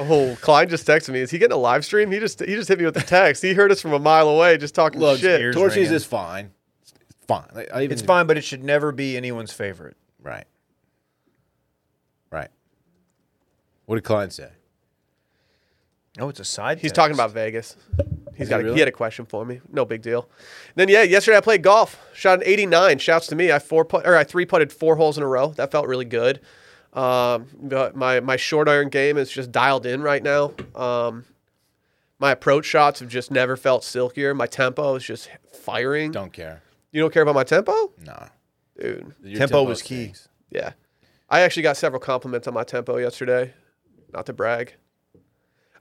Speaker 1: Oh, Klein just texted me. Is he getting a live stream? He just he just hit me with a text. He heard us from a mile away, just talking
Speaker 3: Look,
Speaker 1: shit.
Speaker 2: ears
Speaker 3: torches
Speaker 2: ringing.
Speaker 3: is fine. It's fine. Like, I even,
Speaker 2: It's fine, but it should never be anyone's favorite.
Speaker 3: Right. Right. What did Klein say?
Speaker 2: Oh, it's a side.
Speaker 1: He's
Speaker 2: text.
Speaker 1: talking about Vegas. He's
Speaker 3: he
Speaker 1: got. A,
Speaker 3: really?
Speaker 1: He had a question for me. No big deal. then yeah, yesterday I played golf. Shot an 89. Shouts to me. I four put or I three putted four holes in a row. That felt really good. Um, but my my short iron game is just dialed in right now. Um, my approach shots have just never felt silkier. My tempo is just firing.
Speaker 3: Don't care.
Speaker 1: You don't care about my tempo,
Speaker 3: No.
Speaker 1: dude.
Speaker 3: Your
Speaker 2: Tempo was key.
Speaker 3: stinks.
Speaker 1: Yeah. I actually got several compliments on my tempo yesterday. Not to brag.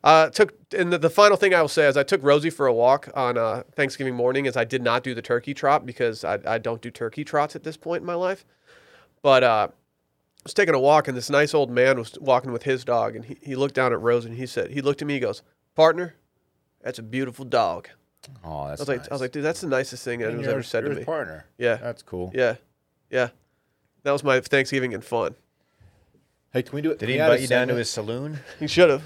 Speaker 1: Uh, took and the, the final thing I will say is I took Rosie for a walk on uh, Thanksgiving morning. Is I did not do the turkey trot because I, I don't do turkey trots at this point in my life. But uh, I was taking a walk and this nice old man was walking with his dog and he, he looked down at Rosie and he said he looked at me he goes partner, that's a beautiful dog.
Speaker 3: Oh,
Speaker 1: I
Speaker 3: that's
Speaker 1: was like I was like dude that's the nicest thing anyone's ever said to me.
Speaker 3: partner.
Speaker 1: Yeah.
Speaker 3: That's cool.
Speaker 1: Yeah, yeah. That was my Thanksgiving and fun.
Speaker 3: Hey, can we do it?
Speaker 2: Did
Speaker 3: we
Speaker 2: he
Speaker 3: had a
Speaker 2: invite you down to
Speaker 3: segment-
Speaker 2: his saloon?
Speaker 1: He should have.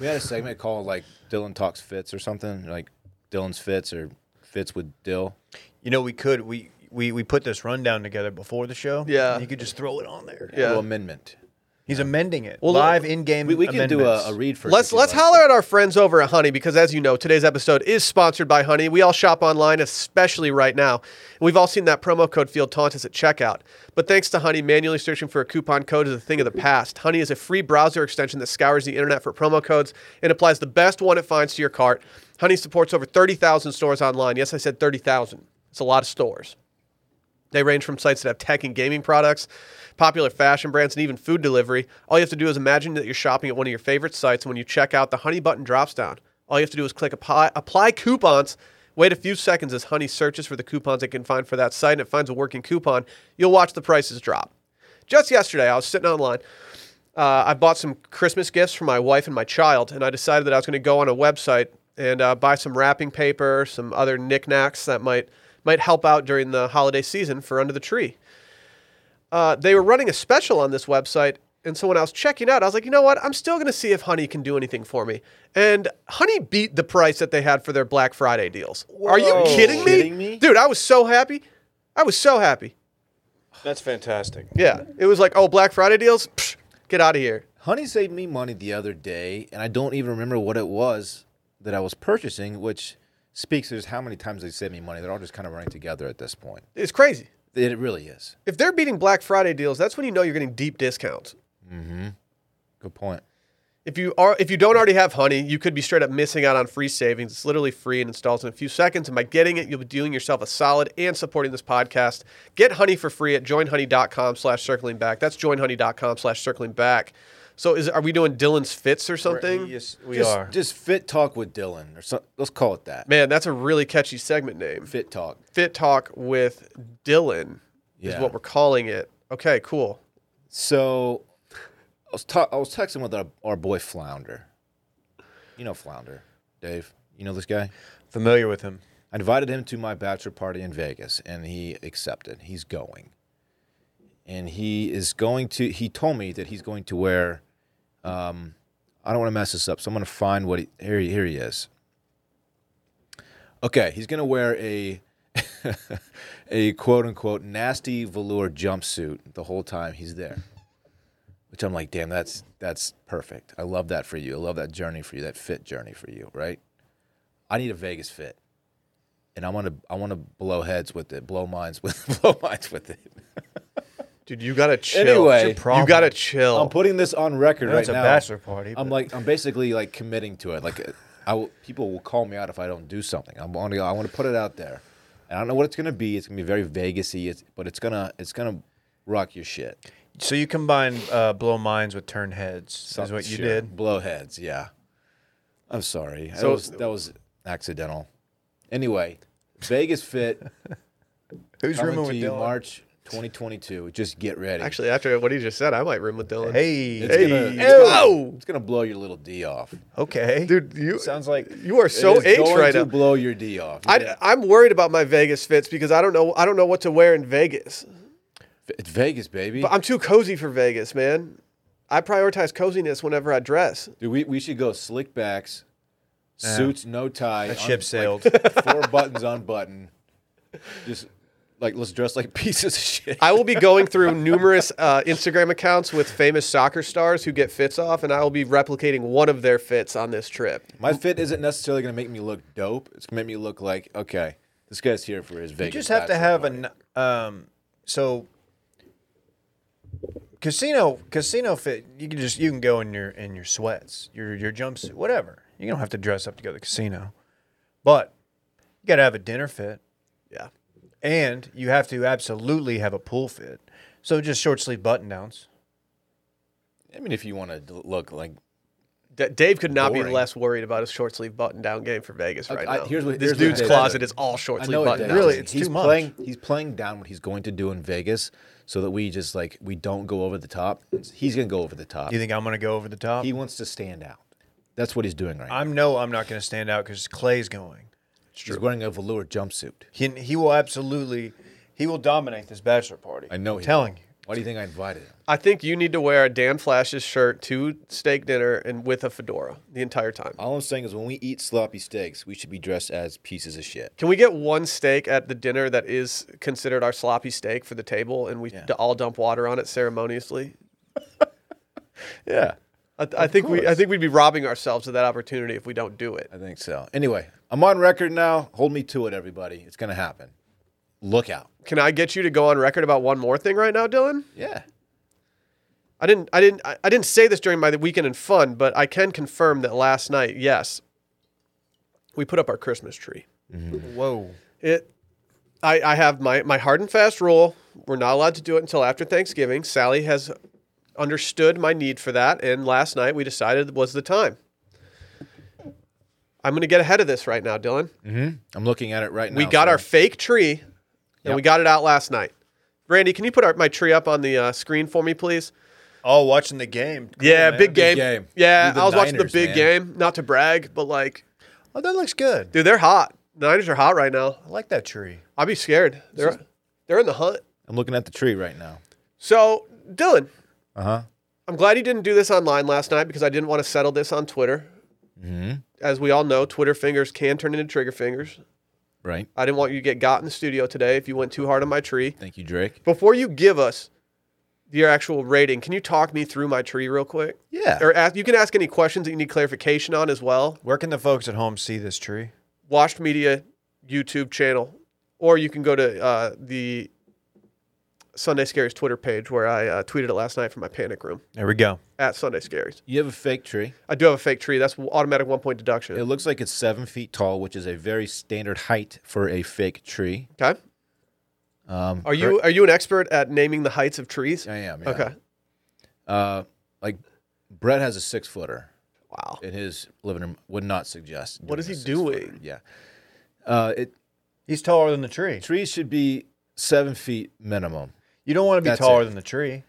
Speaker 3: We had a segment called like Dylan talks fits or something, like Dylan's fits or fits with Dill.
Speaker 2: You know, we could. We we we put this rundown together before the show.
Speaker 1: Yeah.
Speaker 2: you could just throw it on there.
Speaker 1: Yeah.
Speaker 3: Little amendment.
Speaker 2: He's amending it
Speaker 1: Well,
Speaker 2: live in game.
Speaker 3: We, we can do a, a
Speaker 2: amendments.
Speaker 3: read for.
Speaker 1: Let's let's holler at our friends over at Honey because, as you know, today's episode is sponsored by Honey. We all shop online, especially right now. And we've all seen that promo code field taunt us at checkout. But thanks to Honey, manually searching for a coupon code is a thing of the past. Honey is a free browser extension that scours the internet for promo codes and applies the best one it finds to your cart. Honey supports over thirty thousand stores online. Yes, I said thirty thousand. It's a lot of stores. They range from sites that have tech and gaming products, popular fashion brands, and even food delivery. All you have to do is imagine that you're shopping at one of your favorite sites. When you check out, the Honey button drops down. All you have to do is click apply, apply coupons. Wait a few seconds as Honey searches for the coupons it can find for that site and it finds a working coupon. You'll watch the prices drop. Just yesterday, I was sitting online. Uh, I bought some Christmas gifts for my wife and my child, and I decided that I was going to go on a website and uh, buy some wrapping paper, some other knickknacks that might might help out during the holiday season for under the tree. Uh, they were running a special on this website, and so when I was checking out, I was like, you know what? I'm still going to see if Honey can do anything for me. And Honey beat the price that they had for their Black Friday deals. Are you
Speaker 2: Whoa.
Speaker 1: kidding me?
Speaker 3: Kidding me?
Speaker 1: dude? I was so happy. I was so happy.
Speaker 2: That's fantastic.
Speaker 1: Yeah, it was like, oh, Black Friday deals. Psh, get out of here.
Speaker 3: Honey saved me money the other day, and I don't even remember what it was that I was purchasing, which speaks to just how many times they saved me money. They're all just kind of running together at this point.
Speaker 1: It's crazy.
Speaker 3: It really is.
Speaker 1: If they're beating Black Friday deals, that's when you know you're getting deep discounts.
Speaker 3: Good point.
Speaker 1: If you are if you don't already have honey, you could be straight up missing out on free savings. It's literally free and installs in a few seconds. And by getting it, you'll be doing yourself a solid and supporting this podcast. Get honey for free at joinhoney.com slash circling back. That's joinhoney.com slash circling back. So is are we doing Dylan's fits or something?
Speaker 2: Yes, we
Speaker 3: just,
Speaker 2: are.
Speaker 3: Just fit talk with Dylan, or so, let's call it that.
Speaker 1: Man, that's a really catchy segment name.
Speaker 3: Fit talk.
Speaker 1: Fit Talk with Dylan is
Speaker 3: Yeah.
Speaker 1: what we're calling it. Okay, cool.
Speaker 3: So I was ta- I was texting with our, our boy Flounder. You know Flounder, Dave. You know this guy.
Speaker 2: Familiar with him.
Speaker 3: I invited him to my bachelor party in Vegas, and he accepted. He's going, and he is going to. He told me that he's going to wear. Um, I don't want to mess this up, so I'm going to find what he, here. He, here he is. Okay, he's going to wear a a quote unquote nasty velour jumpsuit the whole time he's there. Which I'm like, damn, that's that's perfect. I love that for you. I love that journey for you, that fit journey for you, right? I need a Vegas fit. And I want to I want to blow heads with it, blow minds with blow minds with it.
Speaker 1: Dude, you gotta chill.
Speaker 3: Anyway,
Speaker 1: you
Speaker 2: problem.
Speaker 1: gotta chill.
Speaker 3: I'm putting this on record right
Speaker 2: That's a
Speaker 3: now.
Speaker 2: bachelor party.
Speaker 3: I'm
Speaker 2: but-
Speaker 3: like I'm basically like committing to it. Like I will, people will call me out if I don't do something. I'm on I want to put it out there. And I don't know what it's going to be. It's going to be very Vegasy, it's, but it's going to it's going to rock your shit.
Speaker 2: so you combine uh, blow minds with turn heads. is what you
Speaker 3: Sure.
Speaker 2: did.
Speaker 3: Blow heads, yeah. I'm sorry. that
Speaker 1: So-
Speaker 3: was that was accidental. Anyway, Vegas Fit
Speaker 2: Who's
Speaker 3: coming
Speaker 2: rooming
Speaker 3: to
Speaker 2: with
Speaker 3: you
Speaker 2: Dylan?
Speaker 3: March 2022. Just get ready.
Speaker 1: Actually, after what he just said, I might room with Dylan.
Speaker 2: Hey,
Speaker 3: it's
Speaker 1: hey,
Speaker 3: gonna, it's
Speaker 1: ew.
Speaker 3: gonna- it's gonna blow your little D off.
Speaker 2: okay,
Speaker 1: dude, you
Speaker 2: Sounds like
Speaker 1: you are so
Speaker 3: it is
Speaker 1: H
Speaker 3: going
Speaker 1: right
Speaker 3: to
Speaker 1: now.
Speaker 3: blow your D off.
Speaker 1: I, I'm worried about my Vegas fits because I don't know I don't know what to wear in Vegas.
Speaker 3: it's Vegas, baby.
Speaker 1: But I'm too cozy for Vegas, man. I prioritize coziness whenever I dress.
Speaker 3: Dude, we, we should go slick backs, suits, no tie.
Speaker 2: That
Speaker 3: un-
Speaker 2: ship
Speaker 3: like,
Speaker 2: sailed.
Speaker 3: four buttons on button. Just like let's dress like pieces of shit.
Speaker 1: I will be going through numerous uh, Instagram accounts with famous soccer stars who get fits off, and I will be replicating one of their fits on this trip.
Speaker 3: My fit isn't necessarily going to make me look dope. It's going to make me look like okay, this guy's here for his
Speaker 2: You just
Speaker 3: Vegas.
Speaker 2: have to
Speaker 3: bachelor
Speaker 2: have
Speaker 3: party.
Speaker 2: an um so casino casino fit you can just you can go in your in your sweats, your your jumpsuit, whatever. You don't have to dress up to go to the casino. But you got to have a dinner fit
Speaker 1: Yeah.
Speaker 2: and you have to absolutely have a pool fit. So just short sleeve button downs.
Speaker 3: I mean, if you want to look like
Speaker 1: D- Dave could not be
Speaker 3: Boring.
Speaker 1: less worried about his short sleeve button down game for Vegas right
Speaker 3: I-
Speaker 1: now.
Speaker 3: here's what-
Speaker 1: this
Speaker 3: here's what
Speaker 1: dude's
Speaker 3: Dave
Speaker 1: closet
Speaker 3: did.
Speaker 1: is all short
Speaker 3: I
Speaker 1: sleeve
Speaker 3: know it
Speaker 1: button
Speaker 3: does.
Speaker 1: down.
Speaker 2: Really, it's
Speaker 3: he's
Speaker 2: too much.
Speaker 3: Playing, he's playing down what he's going to do in Vegas, so that we just like we don't go over the top. He's going to go over the top.
Speaker 2: Do you think I'm going to go over the top?
Speaker 3: He wants to stand out. That's what he's doing right now.
Speaker 2: I'm no I'm not going to stand out cuz Clay's going.
Speaker 3: He's wearing a velour jumpsuit.
Speaker 2: He he will absolutely he will dominate this bachelor party.
Speaker 3: I know.
Speaker 2: I'm
Speaker 3: he-
Speaker 2: telling you.
Speaker 3: Why do you think I invited him?
Speaker 1: I think you need to wear a Dan Flash's shirt to steak dinner and with a fedora the entire time.
Speaker 3: All I'm saying is, when we eat sloppy steaks, we should be dressed as pieces of shit.
Speaker 1: Can we get one steak at the dinner that is considered our sloppy steak for the table, and we d- all dump water on it ceremoniously?
Speaker 3: Yeah,
Speaker 1: I, I think we I
Speaker 3: course.
Speaker 1: think we'd be robbing ourselves of that opportunity if we don't do it.
Speaker 3: I think so. Anyway, I'm on record now. Hold me to it, everybody. It's gonna happen. Look out.
Speaker 1: Can I get you to go on record about one more thing right now, Dylan?
Speaker 3: Yeah.
Speaker 1: I didn't I didn't I I didn't say this during my weekend in fun, but I can confirm that last night, yes, we put up our Christmas tree.
Speaker 2: Whoa.
Speaker 1: It I, I have my, my hard and fast rule. We're not allowed to do it until after Thanksgiving. Sally has understood my need for that, and last night we decided was the time. I'm gonna get ahead of this right now, Dylan.
Speaker 3: I'm looking at it right now.
Speaker 1: We got our fake tree, and we got it out last night. Randy, can you put our, my tree up on the uh, screen for me, please?
Speaker 2: Oh, watching the game. Cool,
Speaker 1: Yeah,
Speaker 2: man.
Speaker 1: big game.
Speaker 3: game.
Speaker 1: Yeah,
Speaker 3: Dude, the
Speaker 1: I was watching the
Speaker 3: Niners,
Speaker 1: big
Speaker 3: man.
Speaker 1: game. Not to brag, but like,
Speaker 2: Oh, that looks good.
Speaker 1: dude, they're hot. The Niners are hot right now.
Speaker 2: I like that tree.
Speaker 1: I'd be scared. They're they're in the hunt.
Speaker 3: I'm looking at the tree right now.
Speaker 1: So, Dylan,
Speaker 3: Uh huh.
Speaker 1: I'm glad you didn't do this online last night because I didn't want to settle this on Twitter. As we all know, Twitter fingers can turn into trigger fingers.
Speaker 3: Right.
Speaker 1: I didn't want you to get got in the studio today if you went too hard on my tree.
Speaker 3: Thank you, Drake.
Speaker 1: Before you give us your actual rating, can you talk me through my tree real quick?
Speaker 3: Yeah.
Speaker 1: Or ask, you can ask any questions that you need clarification on as well.
Speaker 2: Where can the folks at home see this tree?
Speaker 1: Washed Media YouTube channel, or you can go to uh, the Sunday Scaries Twitter page where I uh, tweeted it last night from my panic room
Speaker 2: There we go.
Speaker 1: at Sunday Scaries.
Speaker 3: You have a fake tree.
Speaker 1: I do have a fake tree. That's automatic one point deduction.
Speaker 3: It looks like it's seven feet tall, which is a very standard height for a fake tree.
Speaker 1: Okay.
Speaker 3: Um,
Speaker 1: Are you are you an expert at naming the heights of trees?
Speaker 3: I am. yeah.
Speaker 1: Okay.
Speaker 3: Uh, like Brett has a six footer
Speaker 1: Wow.
Speaker 3: in his living room. Would not suggest.
Speaker 1: What
Speaker 3: doing
Speaker 1: is he
Speaker 3: a six-footer.
Speaker 1: doing?
Speaker 3: Yeah. Uh, it
Speaker 2: He's taller than the tree.
Speaker 3: trees should be seven feet minimum.
Speaker 2: You don't want to be
Speaker 3: That's
Speaker 2: taller
Speaker 3: it.
Speaker 2: than the tree.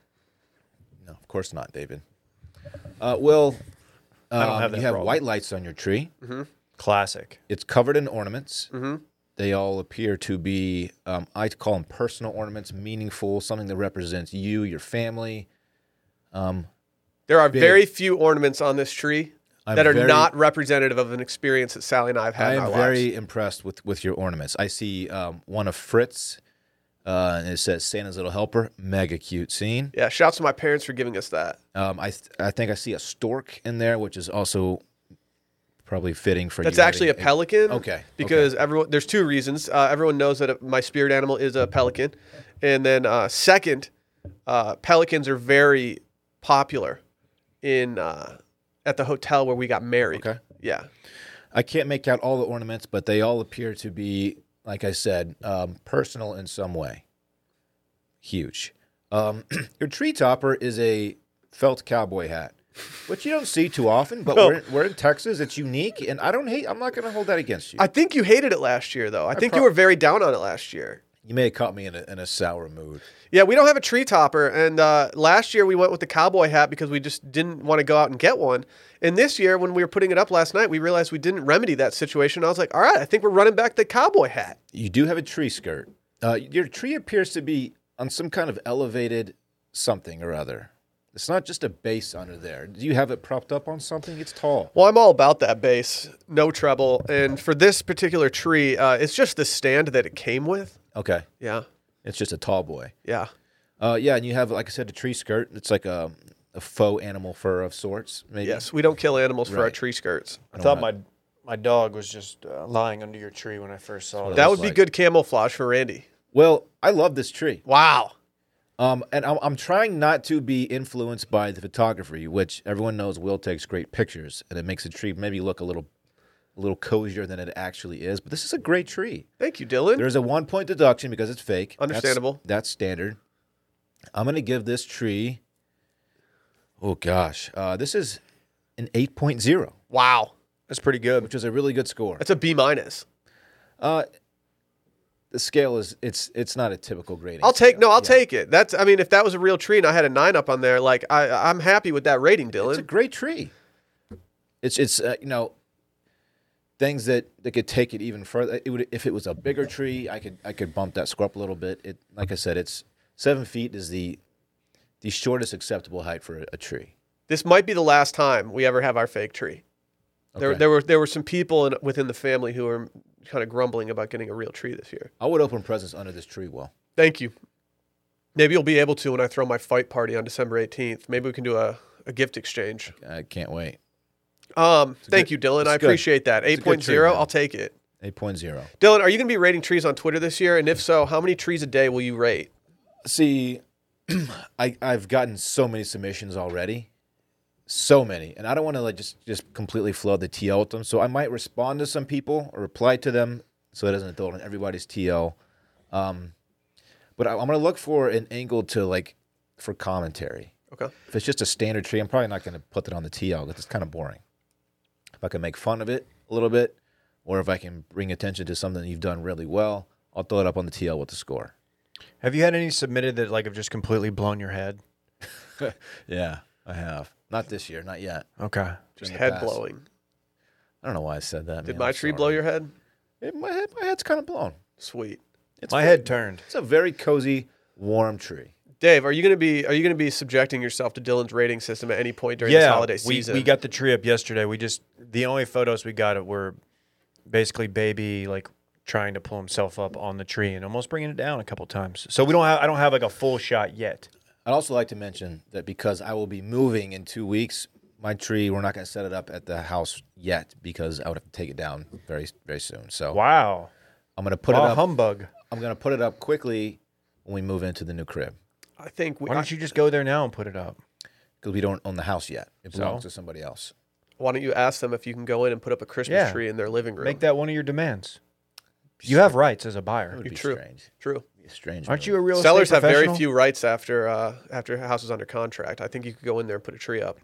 Speaker 3: No, of course not, David. Uh, well,
Speaker 2: don't
Speaker 3: um,
Speaker 2: have that
Speaker 3: you have
Speaker 2: problem.
Speaker 3: white lights on your tree.
Speaker 2: Classic.
Speaker 3: It's covered in ornaments.
Speaker 2: Mm-hmm.
Speaker 3: They all appear to be, um, I call them personal ornaments, meaningful, something that represents you, your family.
Speaker 1: There are very few ornaments on this tree
Speaker 3: I'm
Speaker 1: that are
Speaker 3: very-
Speaker 1: not representative of an experience that Sally and I have had
Speaker 3: I
Speaker 1: in our
Speaker 3: am
Speaker 1: lives.
Speaker 3: very impressed with, with your ornaments. I see um, one of Fritz, uh, and it says Santa's Little Helper. Mega cute scene.
Speaker 1: Yeah. Shouts to my parents for giving us that.
Speaker 3: Um, I, th- I think I see a stork in there, which is also probably fitting for
Speaker 1: That's
Speaker 3: you
Speaker 1: actually a
Speaker 3: having
Speaker 1: pelican.
Speaker 3: okay,
Speaker 1: Because everyone, there's two reasons. Uh, everyone knows that uh, my spirit animal is a pelican, and then uh, second, uh, pelicans are very popular in uh, at the hotel where we got married.
Speaker 3: Okay.
Speaker 1: Yeah.
Speaker 3: I can't make out all the ornaments, but they all appear to be, like I said, um, personal in some way. Huge. Um, your tree topper is a felt cowboy hat, which you don't see too often, but we're, we're in Texas. It's unique, and I don't hate, I'm not going to hold that against you.
Speaker 1: I think you hated it last year, though. I, think you
Speaker 3: prob-
Speaker 1: were very down on it last year.
Speaker 3: you may have caught me in a, in a sour mood.
Speaker 1: Yeah, we don't have a tree topper, and uh, last year we went with the cowboy hat because we just didn't want to go out and get one. And this year, when we were putting it up last night, we realized we didn't remedy that situation. I was like, all right, I think we're running back the cowboy hat.
Speaker 3: You do have a tree skirt. Uh, your tree appears to be on some kind of elevated something or other. It's not just a base under there. Do you have it propped up on something? It's tall.
Speaker 1: Well, I'm all about that bass, no treble. And for this particular tree, uh, it's just the stand that it came with.
Speaker 3: Okay.
Speaker 1: Yeah,
Speaker 3: It's just a tall boy.
Speaker 1: yeah.
Speaker 3: Uh, yeah, and you have, like I said, a tree skirt. It's like a, a faux animal fur of sorts, maybe.
Speaker 1: Yes, we don't kill animals for our
Speaker 3: Right.
Speaker 1: tree skirts.
Speaker 2: I thought my my dog was just uh, lying under your tree when I first saw it.
Speaker 1: That
Speaker 3: was
Speaker 1: would be
Speaker 3: like-
Speaker 1: good camouflage for Randy.
Speaker 3: Well, I love this tree.
Speaker 1: Wow.
Speaker 3: Um, and I'm, I'm trying not to be influenced by the photography, which everyone knows Will takes great pictures, and it makes a tree maybe look a little, a little cozier than it actually is. But this is a great tree.
Speaker 1: Thank you, Dylan.
Speaker 3: There's a one point deduction because it's fake. That's-
Speaker 1: Understandable.
Speaker 3: That's, standard. I'm gonna give this tree. Oh gosh, uh, this is an 8.0,
Speaker 1: wow.
Speaker 2: That's pretty good.
Speaker 3: which is a really good score.
Speaker 1: That's a B minus.
Speaker 3: The scale is it's it's not a typical grading.
Speaker 1: I'll take no. I'll take it. That's. I mean, if that was a real tree and I had a nine up on there, like I, I'm happy with that rating,
Speaker 3: It's a
Speaker 1: Dylan.
Speaker 3: great tree. It's it's uh, you know things that that could take it even further. It would if it was a bigger tree, I could I could bump that score up a little bit. It like I said, it's seven feet is the the shortest acceptable height for a, a tree.
Speaker 1: this might be the last time we ever have our fake tree. There,
Speaker 3: Okay.
Speaker 1: there were there were some people in, within the family who were kind of grumbling about getting a real tree this year.
Speaker 3: I would open presents under this tree. Well,
Speaker 1: Thank you. Maybe you'll be able to when I throw my fight party on December 18th. Maybe we can do a, a gift exchange.
Speaker 3: I can't wait.
Speaker 1: Um, thank
Speaker 3: good-
Speaker 1: you, Dylan.
Speaker 3: it's
Speaker 1: I
Speaker 3: good.
Speaker 1: appreciate that.
Speaker 3: It's a good
Speaker 1: 8.0,
Speaker 3: tree, man.
Speaker 1: I'll take it.
Speaker 3: 8.0.
Speaker 1: Dylan, are you going to be rating trees on Twitter this year? And if so, how many trees a day will you rate?
Speaker 3: See, I I've gotten so many submissions already. So many. And I don't want to like just just completely flood the TL with them. So I might respond to some people or reply to them so it doesn't throw on everybody's TL. Um but I, I'm going to look for an angle to like for commentary.
Speaker 1: Okay.
Speaker 3: If it's just a standard tree, I'm probably not going to put that on the TL because it's kind of boring. If I can make fun of it a little bit, or if I can bring attention to something you've done really well, I'll throw it up on the TL with the score.
Speaker 2: Have you had any submitted that like have just completely blown your head?
Speaker 3: Yeah, I have. Not this year, not yet.
Speaker 2: Okay.
Speaker 1: Just
Speaker 3: the
Speaker 1: head
Speaker 3: past.
Speaker 1: blowing.
Speaker 3: I don't know why I said that.
Speaker 1: Did
Speaker 3: man.
Speaker 1: my
Speaker 3: I'm
Speaker 1: tree
Speaker 3: sorry.
Speaker 1: blow your head?
Speaker 3: It- my, head, my head's kind of blown.
Speaker 1: Sweet.
Speaker 3: It's
Speaker 2: My
Speaker 3: ve-
Speaker 2: head turned.
Speaker 3: It's a very cozy, warm tree.
Speaker 1: Dave, are you going to be are you going to be subjecting yourself to Dylan's rating system at any point during this holiday season?
Speaker 2: We, we got the tree up yesterday. We just the only photos we got were basically baby like trying to pull himself up on the tree and almost bringing it down a couple times. So we don't have I don't have like a full shot yet.
Speaker 3: I'd also like to mention that because I will be moving in two weeks, my tree we're not going to set it up at the house yet because I would have to take it down very very soon. So
Speaker 2: Wow.
Speaker 3: I'm going to put it
Speaker 2: Bah
Speaker 3: up.
Speaker 2: humbug.
Speaker 3: I'm going to put it up quickly when we move into the new crib
Speaker 1: I think we
Speaker 2: Why don't you just go there now and put it up?
Speaker 3: because we don't own the house yet. It belongs to somebody else.
Speaker 1: Why don't you ask them if you can go in and put up a Christmas
Speaker 2: Yeah.
Speaker 1: tree in their living room?
Speaker 2: Make that one of your demands. You have rights as a
Speaker 3: It
Speaker 2: buyer.
Speaker 3: would be
Speaker 1: true.
Speaker 3: strange.
Speaker 1: True.
Speaker 3: Be a strange.
Speaker 2: Aren't
Speaker 3: move.
Speaker 2: you a real
Speaker 1: Sellers
Speaker 2: estate
Speaker 1: have very
Speaker 2: professional?
Speaker 1: few rights after uh, after houses under contract. I think you could go in there and put a tree up.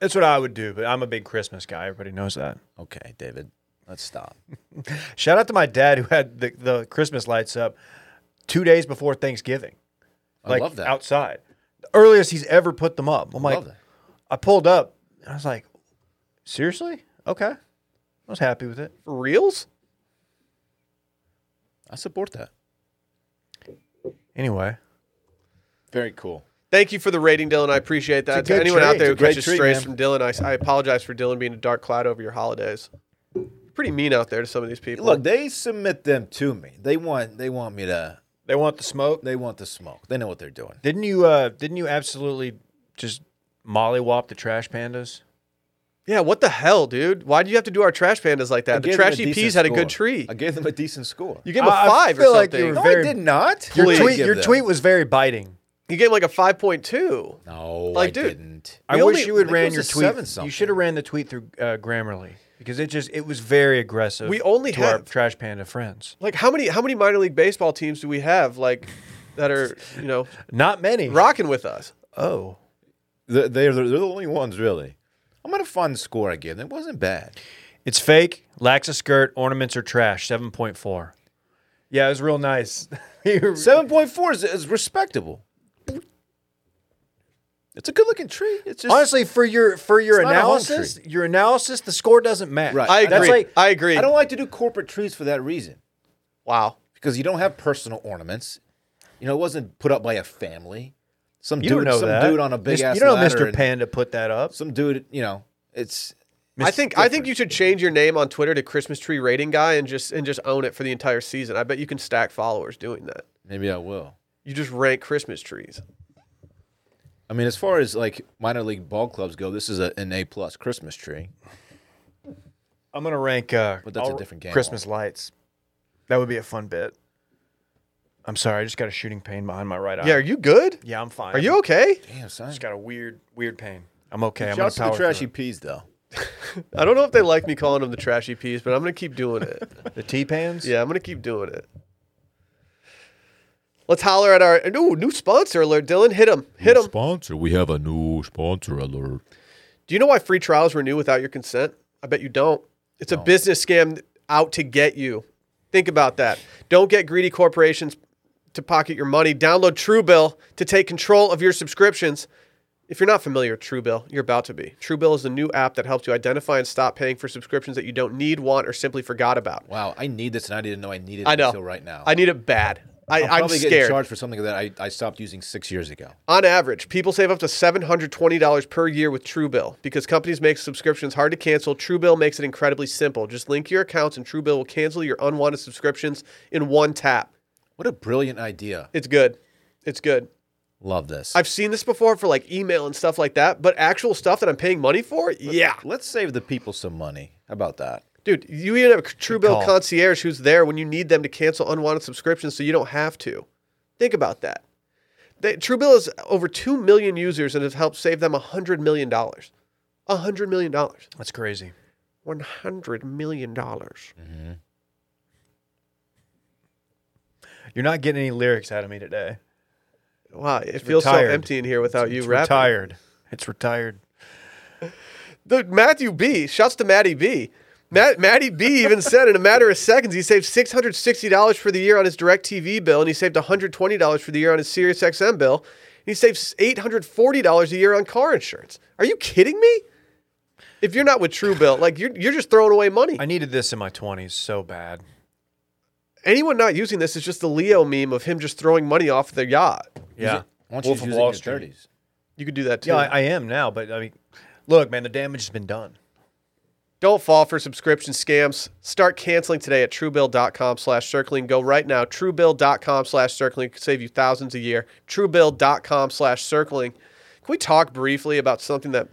Speaker 2: That's what I would do, but I'm a big Christmas guy. Everybody knows that.
Speaker 3: Okay, David. Let's stop.
Speaker 2: Shout out to my dad who had the, the Christmas lights up two days before Thanksgiving. Like
Speaker 3: love that.
Speaker 2: outside. The earliest he's ever put them up. I'm like,
Speaker 3: love that.
Speaker 2: I pulled up and I was like, seriously? Okay. I was happy with it.
Speaker 1: For reals?
Speaker 3: I support that.
Speaker 2: Anyway,
Speaker 3: Very cool.
Speaker 1: Thank you for the rating, Dylan. I appreciate that.
Speaker 2: It's a
Speaker 1: To
Speaker 2: good
Speaker 1: anyone
Speaker 2: tree.
Speaker 1: out there who
Speaker 2: It's a great
Speaker 1: catches
Speaker 3: tree,
Speaker 1: strays
Speaker 3: man.
Speaker 1: from Dylan, I, I apologize for Dylan being a dark cloud over your holidays. Pretty mean out there to some of these people.
Speaker 3: Look, they submit them to me. They want they want me to
Speaker 2: they want the smoke.
Speaker 3: they want the smoke. They know what they're doing.
Speaker 2: Didn't you uh didn't you absolutely just mollywop the trash pandas?
Speaker 1: yeah, what the hell, dude? Why do you have to do our trash pandas like that? The
Speaker 3: gave them a
Speaker 1: trashy
Speaker 3: decent
Speaker 1: peas had a good
Speaker 3: score.
Speaker 1: tree.
Speaker 3: I gave them a decent score.
Speaker 1: You gave him a
Speaker 2: I- I
Speaker 1: five or
Speaker 2: feel like you
Speaker 1: something.
Speaker 2: were
Speaker 3: no,
Speaker 2: very-
Speaker 3: I did not.
Speaker 2: Your
Speaker 1: Please.
Speaker 2: tweet
Speaker 3: Give
Speaker 2: your
Speaker 3: them.
Speaker 2: tweet was very biting.
Speaker 1: you gave him like a five point two.
Speaker 3: No,
Speaker 1: Like,
Speaker 3: I
Speaker 1: dude.
Speaker 3: didn't.
Speaker 2: I
Speaker 1: We
Speaker 2: wish
Speaker 1: only-
Speaker 2: you had
Speaker 3: I think it
Speaker 2: ran
Speaker 3: was
Speaker 2: your
Speaker 3: a
Speaker 2: tweet.
Speaker 3: seven something.
Speaker 2: You should have ran the tweet through uh, Grammarly because it just it was very aggressive.
Speaker 1: We only
Speaker 2: to our
Speaker 1: have-
Speaker 2: trash panda friends.
Speaker 1: Like how many how many minor league baseball teams do we have like that are you know
Speaker 2: Not many.
Speaker 1: rocking with us?
Speaker 2: Oh,
Speaker 3: They're, they're, they're the only ones really. I'm at a fun score I gave them. It wasn't bad.
Speaker 2: it's fake. Lacks a skirt. Ornaments are trash. Seven point four. Yeah, it was real nice.
Speaker 3: Seven point four is, is respectable. It's a good looking tree. It's just
Speaker 2: Honestly, for your for your
Speaker 3: It's not a home
Speaker 2: analysis, your analysis, the score doesn't match.
Speaker 3: Right.
Speaker 1: I agree.
Speaker 2: That's like
Speaker 1: I agree.
Speaker 3: I don't like to do corporate trees for that reason.
Speaker 1: wow.
Speaker 3: because you don't have personal ornaments. You know, it wasn't put up by a family. Some
Speaker 2: You
Speaker 3: dude,
Speaker 2: don't know
Speaker 3: some
Speaker 2: that.
Speaker 3: dude on a big
Speaker 2: Mis-
Speaker 3: ass.
Speaker 2: You don't know
Speaker 3: ladder
Speaker 2: Mr.
Speaker 3: and
Speaker 2: Panda put that up.
Speaker 3: Some dude, you know, it's.
Speaker 1: I think I think you should change your name on Twitter to Christmas Tree Rating Guy and just and just own it for the entire season. I bet you can stack followers doing that.
Speaker 3: Maybe I will.
Speaker 1: You just rank Christmas trees.
Speaker 3: I mean, as far as like minor league ball clubs go, this is a, an A plus Christmas tree.
Speaker 2: I'm gonna rank. Uh,
Speaker 3: But that's a different game
Speaker 2: Christmas lights. That would be a fun bit. I'm sorry, I just got a shooting pain behind my right eye.
Speaker 1: Yeah, are you good?
Speaker 2: yeah, I'm fine.
Speaker 1: Are you okay?
Speaker 3: Damn, son.
Speaker 2: Just got a weird, weird pain. I'm okay. I'm gonna
Speaker 3: Shouts to the
Speaker 2: power
Speaker 3: trashy
Speaker 2: trashy.
Speaker 3: peas though.
Speaker 1: I don't know if they like me calling them the trashy peas, but I'm gonna keep doing it.
Speaker 2: The tea pans.
Speaker 1: Yeah, I'm gonna keep doing it. Let's holler at our new new sponsor alert, Dylan. Hit him, hit him.
Speaker 3: Sponsor. We have a new sponsor alert.
Speaker 1: Do you know why free trials renew without your consent? I bet you don't. It's a business scam out to get you. Think about that. Don't get greedy corporations to pocket your money. Download Truebill to take control of your subscriptions. If you're not familiar with Truebill, you're about to be. Truebill is the new app that helps you identify and stop paying for subscriptions that you don't need, want, or simply forgot about.
Speaker 3: Wow, I need this, and I didn't know I needed
Speaker 1: I
Speaker 3: it
Speaker 1: know.
Speaker 3: until right now.
Speaker 1: I need it bad. I, I'm,
Speaker 3: probably getting
Speaker 1: scared.
Speaker 3: charged for something that I, I stopped using six years ago.
Speaker 1: On average, people save up to $720 per year with Truebill. Because companies make subscriptions hard to cancel, Truebill makes it incredibly simple. Just link your accounts and Truebill will cancel your unwanted subscriptions in one tap.
Speaker 3: What a brilliant idea!
Speaker 1: It's good. It's good.
Speaker 3: Love this.
Speaker 1: I've seen this before for like email and stuff like that, but actual stuff that I'm paying money for? Yeah.
Speaker 3: Let's save the people some money. How about that?
Speaker 1: Dude, you even have a Truebill
Speaker 2: call.
Speaker 1: concierge who's there when you need them to cancel unwanted subscriptions so you don't have to. Think about that. They, Truebill has over 2 million users and has helped save them $100 million. $100 million.
Speaker 2: That's crazy.
Speaker 1: $100 million.
Speaker 2: You're not getting any lyrics out of me today.
Speaker 1: Wow, it feels
Speaker 2: retired.
Speaker 1: so empty in here without you
Speaker 2: It's
Speaker 1: rapping.
Speaker 2: retired. It's retired.
Speaker 1: Dude, Matthew B. Shouts to Matty B. Matt, Matty B. even said in a matter of seconds he saved six hundred sixty dollars for the year on his DirecTV bill, and he saved one hundred twenty dollars for the year on his SiriusXM bill, and he saves eight hundred forty dollars a year on car insurance. Are you kidding me? If you're not with Truebill, like you're you're just throwing away money.
Speaker 2: I needed this in my 20s so bad.
Speaker 1: Anyone not using this is just the Leo meme of him just throwing money off their yacht.
Speaker 2: Yeah.
Speaker 3: Why don't you
Speaker 2: Wolf of
Speaker 3: use it in
Speaker 2: Wall
Speaker 3: your
Speaker 2: Street.
Speaker 3: 30s?
Speaker 1: You could do that too.
Speaker 2: Yeah, I, I am now, but I mean, look, man, the damage has been done.
Speaker 1: Don't fall for subscription scams. Start canceling today at truebill.com slash circling. Go right now. Truebill.com slash circling could save you thousands a year. Truebill.com slash circling. Can we talk briefly about something that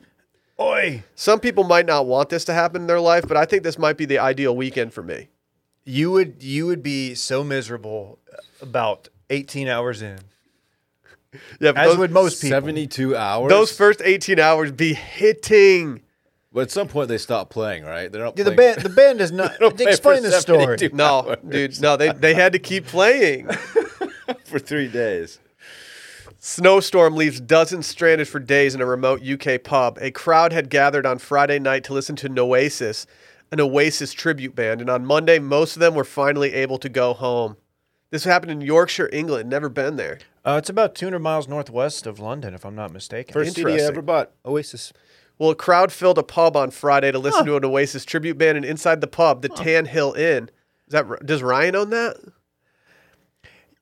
Speaker 2: Oi!
Speaker 1: some people might not want this to happen in their life, but I think this might be the ideal weekend for me.
Speaker 2: You would you would be so miserable about 18 hours in,
Speaker 1: Yeah,
Speaker 2: as
Speaker 1: those,
Speaker 2: would most people.
Speaker 3: Seventy-two hours.
Speaker 1: those first 18 hours be hitting.
Speaker 3: but at some point they stop playing, right? They're not.
Speaker 2: Yeah, the
Speaker 3: playing-
Speaker 2: band the band is not.
Speaker 3: pay
Speaker 2: explain
Speaker 3: for
Speaker 2: the story.
Speaker 3: 72.
Speaker 1: No, dude, no, they, they had to keep playing.
Speaker 3: for three days.
Speaker 1: Snowstorm leaves dozens stranded for days in a remote UK pub. A crowd had gathered on Friday night to listen to Noasis, an Oasis tribute band, and on Monday, most of them were finally able to go home. This happened in Yorkshire, England. Never been there.
Speaker 2: Uh, it's about 200 miles northwest of London, if I'm not mistaken.
Speaker 3: First CD I
Speaker 1: Interesting.
Speaker 3: ever bought, Oasis.
Speaker 1: Well, a crowd filled a pub on Friday to listen to an Oasis tribute band, and inside the pub, the Tan Hill Inn. Is that does Ryan own that?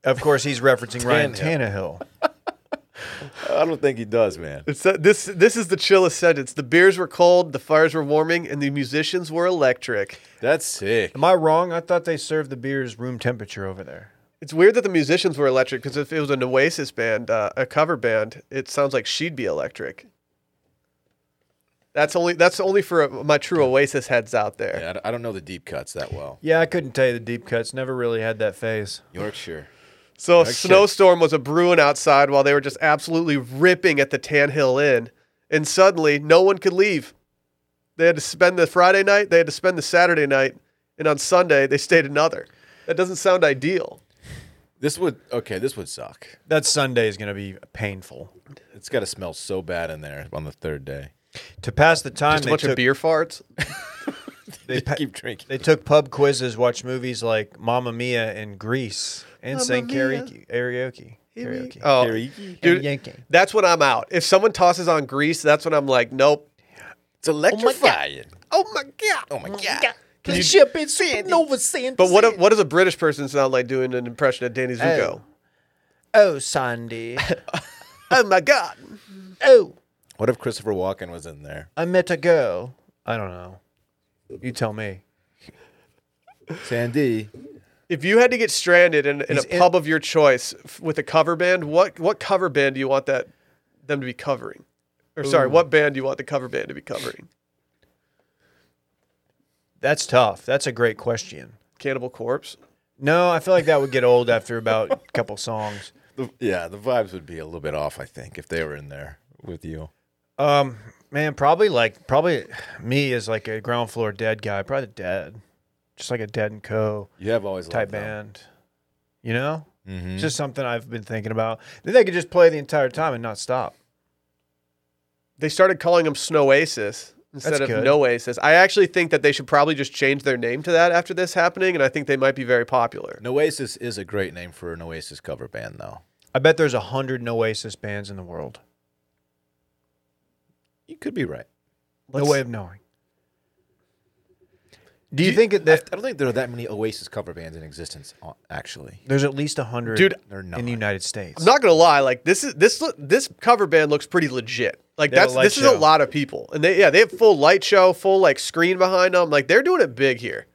Speaker 2: of course, he's referencing Ryan
Speaker 3: Tannehill.
Speaker 2: Tannehill.
Speaker 3: I don't think he does, man.
Speaker 1: It's this. This is the chillest sentence. The beers were cold, the fires were warming, and the musicians were electric.
Speaker 3: That's sick.
Speaker 2: Am I wrong? I thought they served the beers room temperature over there.
Speaker 1: It's weird that the musicians were electric because if it was an Oasis band, uh, a cover band, it sounds like she'd be electric. That's only that's only for uh, my true Oasis heads out there.
Speaker 3: Yeah, I d- I don't know the deep cuts that well.
Speaker 2: Yeah, I couldn't tell you the deep cuts. Never really had that phase.
Speaker 3: Yorkshire.
Speaker 1: So a
Speaker 3: shit.
Speaker 1: snowstorm was a brewing outside while they were just absolutely ripping at the Tan Hill Inn, and suddenly no one could leave. They had to spend the Friday night, they had to spend the Saturday night, and on Sunday they stayed another. That doesn't sound ideal.
Speaker 3: This would okay. This would suck.
Speaker 2: That Sunday is going to be painful.
Speaker 3: It's got to smell so bad in there on the third day.
Speaker 2: To pass the time,
Speaker 1: Just a
Speaker 2: they
Speaker 1: bunch of
Speaker 2: took,
Speaker 1: beer farts.
Speaker 2: they, pa-
Speaker 3: Keep drinking.
Speaker 2: they took pub quizzes, watched movies like Mamma Mia and Grease, and sang
Speaker 1: Mamma Mia.
Speaker 2: karaoke. Karaoke. karaoke.
Speaker 1: Oh,
Speaker 3: Karaoke.
Speaker 1: dude,
Speaker 2: Karaoke.
Speaker 1: that's when I'm out. If someone tosses on grease, that's when I'm like, nope.
Speaker 3: It's electrifying.
Speaker 1: Oh my god.
Speaker 3: Oh my god.
Speaker 1: Can you-
Speaker 2: Supernova Sandy.
Speaker 1: but what what does a British person sound like doing an impression of Danny Zuko?
Speaker 2: Oh, Sandy.
Speaker 1: oh my god.
Speaker 2: Oh,
Speaker 3: What if Christopher Walken was in there?
Speaker 2: I met a girl. I don't know. You tell me.
Speaker 3: Sandy.
Speaker 1: If you had to get stranded in, in a
Speaker 2: He's in-
Speaker 1: pub of your choice f- with a cover band, what what cover band do you want that them to be covering? Or sorry, what band do you want the cover band to be covering?
Speaker 2: That's tough. That's a great question.
Speaker 1: Cannibal Corpse.
Speaker 2: No, I feel like that would get old after about a couple songs.
Speaker 3: The, yeah, the vibes would be a little bit off, I think, if they were in there with you.
Speaker 2: Um, man, probably like probably me as like a ground floor dead guy. Probably dead, just like a Dead and Co.
Speaker 3: You have always
Speaker 2: type band. You know,
Speaker 3: Mm-hmm.
Speaker 2: it's just something I've been thinking about. Then they could just play the entire time and not stop.
Speaker 1: They started calling them Snowasis instead
Speaker 2: That's
Speaker 1: of
Speaker 2: good.
Speaker 1: Noasis. I actually think that they should probably just change their name to that after this happening, and I think they might be very popular.
Speaker 3: Noasis is a great name for an Oasis cover band, though.
Speaker 2: I bet there's a hundred Noasis bands in the world.
Speaker 3: You could be right.
Speaker 2: no
Speaker 1: Let's-
Speaker 2: way of knowing. Do you, think that
Speaker 3: I don't think there are that many Oasis cover bands in existence, uh, actually.
Speaker 2: there's at least a hundred,
Speaker 1: Dude,
Speaker 3: They're
Speaker 2: in
Speaker 3: not.
Speaker 2: the United States?
Speaker 1: I'm not gonna lie, like this is this lo- this cover band looks pretty legit. Like
Speaker 2: They have a
Speaker 1: that's
Speaker 2: light
Speaker 1: this is
Speaker 2: show.
Speaker 1: a lot of people, and they yeah they have full light show, full like screen behind them. Like they're doing it big here.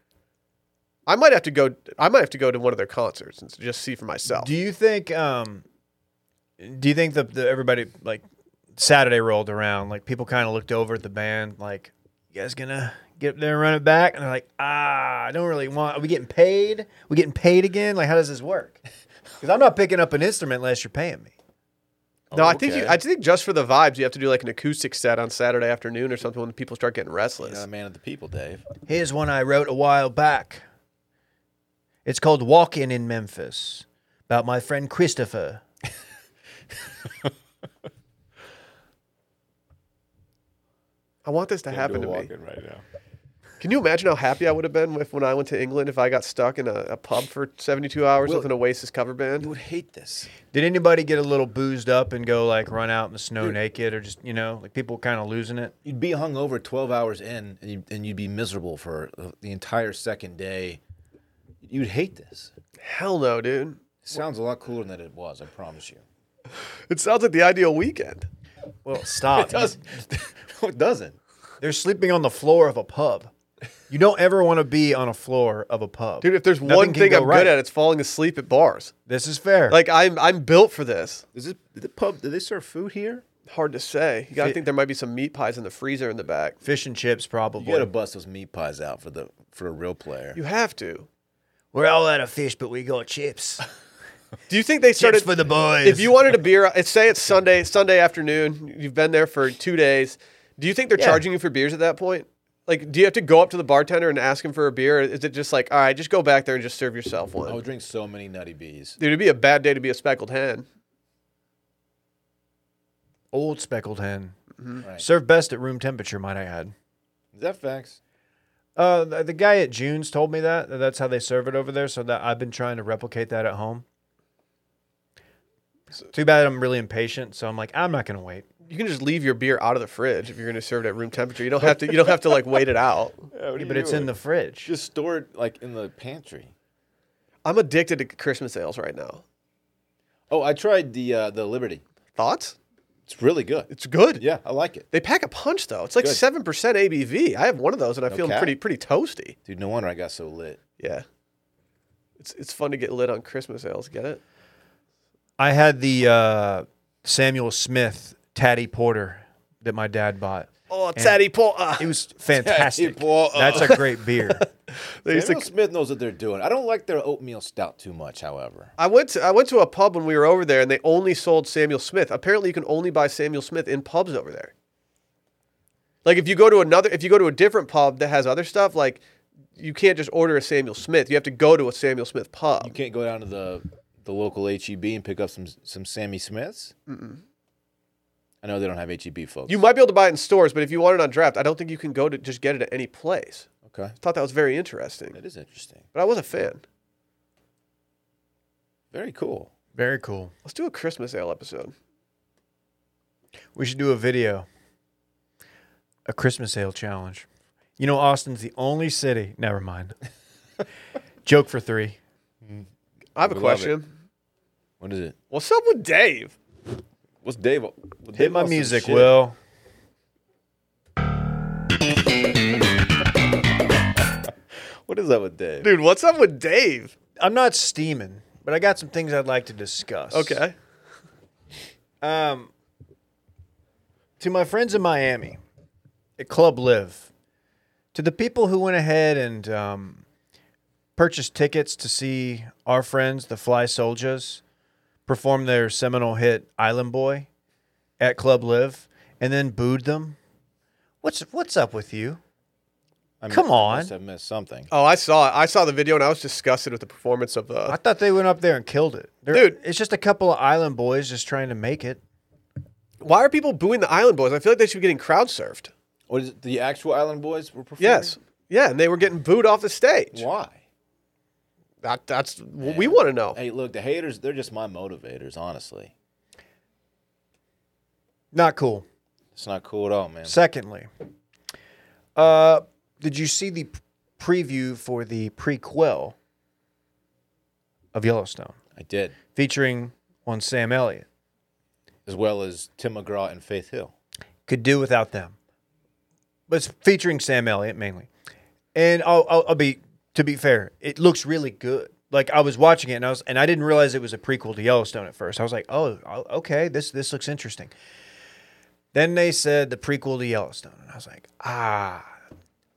Speaker 1: I might have to go. I might have to go to one of their concerts and just see for myself.
Speaker 2: Do you think? Um, do you think that the, everybody like Saturday rolled around? Like people kind of looked over at the band, like you guys gonna get up there and run it back? And they're like, ah, I don't really want. Are we getting paid? we getting paid again? Like how does this work? Because I'm not picking up an instrument unless you're paying me.
Speaker 1: no,
Speaker 2: oh,
Speaker 1: I think you,
Speaker 3: Okay.
Speaker 1: I think just for the vibes, you have to do like an acoustic set on Saturday afternoon or something when people start getting restless.
Speaker 3: You're a man of the people, Dave.
Speaker 2: Here's one I wrote a while back. It's called Walking in Memphis about my friend Christopher.
Speaker 1: I want this to happen to me.
Speaker 3: right now.
Speaker 1: Can you imagine how happy I would have been if when I went to England if I got stuck in a, a pub for 72 hours with an Oasis cover band?
Speaker 3: You would hate this.
Speaker 2: Did anybody get a little boozed up and go like run out in the snow naked or just, you know, like people kind of losing it?
Speaker 3: You'd be hung over 12 hours in, and you'd, and you'd be miserable for uh, the entire second day. You'd hate this.
Speaker 1: Hell no, dude.
Speaker 3: It sounds a lot cooler than it was, I promise you.
Speaker 1: It sounds like the ideal weekend.
Speaker 2: Well, stop.
Speaker 3: no, it doesn't.
Speaker 2: They're sleeping on the floor of a pub. You don't ever want to be on a floor of a pub.
Speaker 1: Dude, if there's
Speaker 2: Nothing
Speaker 1: one
Speaker 2: can
Speaker 1: thing
Speaker 2: go
Speaker 1: I'm
Speaker 2: right.
Speaker 1: good at, it's falling asleep at bars.
Speaker 2: this is fair.
Speaker 1: Like I'm I'm built for this.
Speaker 3: Is it the pub? Do they serve food here?
Speaker 1: Hard to say. You gotta
Speaker 2: Fit-
Speaker 1: think there might be some meat pies in the freezer in the back.
Speaker 2: fish and chips probably.
Speaker 3: You gotta bust those meat pies out for the for a real player.
Speaker 1: You have to.
Speaker 2: We're all out of fish, but we got chips.
Speaker 1: Do you think they started
Speaker 2: chips for the boys.
Speaker 1: if you wanted a beer it's- say it's Sunday, Sunday afternoon, you've been there for two days. Do you think they're charging you for beers at that point? Like, do you have to go up to the bartender and ask him for a beer? Or is it just like, all right, just go back there and just serve yourself one?
Speaker 3: I would drink so many nutty bees.
Speaker 1: Dude, it'd be a bad day to be a speckled hen.
Speaker 2: old speckled hen,
Speaker 1: Mm-hmm.
Speaker 3: Right.
Speaker 2: served best at room temperature, might I add.
Speaker 3: Is that facts?
Speaker 2: Uh, the, the guy at June's told me that that that's how they serve it over there. So that I've been trying to replicate that at home. Too bad I'm really impatient, so I'm like I'm not gonna wait.
Speaker 1: You can just leave your beer out of the fridge if you're gonna serve it at room temperature. You don't have to you don't have to like wait it out.
Speaker 2: But it's in the fridge.
Speaker 3: just store it like in the pantry.
Speaker 1: I'm addicted to Christmas ales right now.
Speaker 3: Oh, I tried the uh, the Liberty.
Speaker 1: Thoughts?
Speaker 3: It's really good.
Speaker 1: It's good.
Speaker 3: Yeah, I like it,
Speaker 1: They pack a punch though. It's like
Speaker 3: Good.
Speaker 1: seven percent ABV. I have one of those and I feel
Speaker 3: cap.
Speaker 1: pretty pretty toasty.
Speaker 3: dude. No wonder I got so lit.
Speaker 1: Yeah. It's it's fun to get lit on Christmas ales. Get it?
Speaker 2: I had the uh, Samuel Smith Tatty Porter that my dad bought.
Speaker 1: Oh, Teddy Paul. ah.
Speaker 2: It was fantastic.
Speaker 3: Porter.
Speaker 2: That's a great beer.
Speaker 1: They used to-
Speaker 3: Samuel Smith knows what they're doing. I don't like their oatmeal stout too much, however.
Speaker 1: I went to I went to a pub when we were over there, and they only sold Samuel Smith. Apparently, you can only buy Samuel Smith in pubs over there. Like if you go to another, if you go to a different pub that has other stuff, like you can't just order a Samuel Smith. You have to go to a Samuel Smith pub.
Speaker 3: You can't go down to the the local HEB and pick up some some Sammy Smiths. Mm-mm. I know they don't have HEB, folks.
Speaker 1: You might be able to buy it in stores, but if you want it on draft, I don't think you can go to just get it at any place.
Speaker 3: okay?
Speaker 1: I thought that was very interesting,
Speaker 3: That is interesting.
Speaker 1: but I was a fan.
Speaker 3: Very cool.
Speaker 2: Very cool.
Speaker 1: Let's do a Christmas ale episode.
Speaker 2: We should do a video. A Christmas ale challenge. You know, Austin's the only city. Never mind. Joke for three.
Speaker 1: I have a
Speaker 3: We love it.
Speaker 1: question.
Speaker 3: What is it?
Speaker 1: What's up with Dave?
Speaker 3: What's Dave?
Speaker 2: Hit my music, Will.
Speaker 3: What is that with Dave?
Speaker 1: Dude, what's up with Dave?
Speaker 2: I'm not steaming, but I got some things I'd like to discuss.
Speaker 1: Okay.
Speaker 2: Um, to my friends in Miami at Club Live, to the people who went ahead and um, purchased tickets to see our friends, the Fly Soldiers, perform their seminal hit Island Boy at Club Live and then booed them. What's, what's up with you?
Speaker 3: I
Speaker 2: Come on.
Speaker 3: I must have missed something.
Speaker 1: Oh, I saw it. I saw the video and I was disgusted with the performance of uh,
Speaker 2: I
Speaker 1: the.
Speaker 2: thought they went up there and killed it. They're-
Speaker 1: Dude.
Speaker 2: It's just a couple of island boys just trying to make it.
Speaker 1: Why are people booing the Island Boys? I feel like they should be getting crowd surfed.
Speaker 3: What is it? The actual Island Boys were performing.
Speaker 1: Yes. Yeah, and they were getting booed off the stage.
Speaker 3: Why?
Speaker 1: That, that's what we want to know.
Speaker 3: Hey, look, the haters—they're just my motivators. Honestly,
Speaker 2: Not cool.
Speaker 3: it's not cool at all, man.
Speaker 2: Secondly, uh, did you see the p- preview for the prequel of Yellowstone
Speaker 3: I did,
Speaker 2: featuring on Sam Elliott?
Speaker 3: as well as Tim McGraw and Faith Hill.
Speaker 2: Could do without them, but it's featuring Sam Elliott mainly. And I'll, I'll, I'll be to be fair, it looks really good. Like I was watching it and I was and I didn't realize it was a prequel to Yellowstone at first. I was like, oh, oh, okay, this this looks interesting. Then they said the prequel to Yellowstone, and I was like, ah,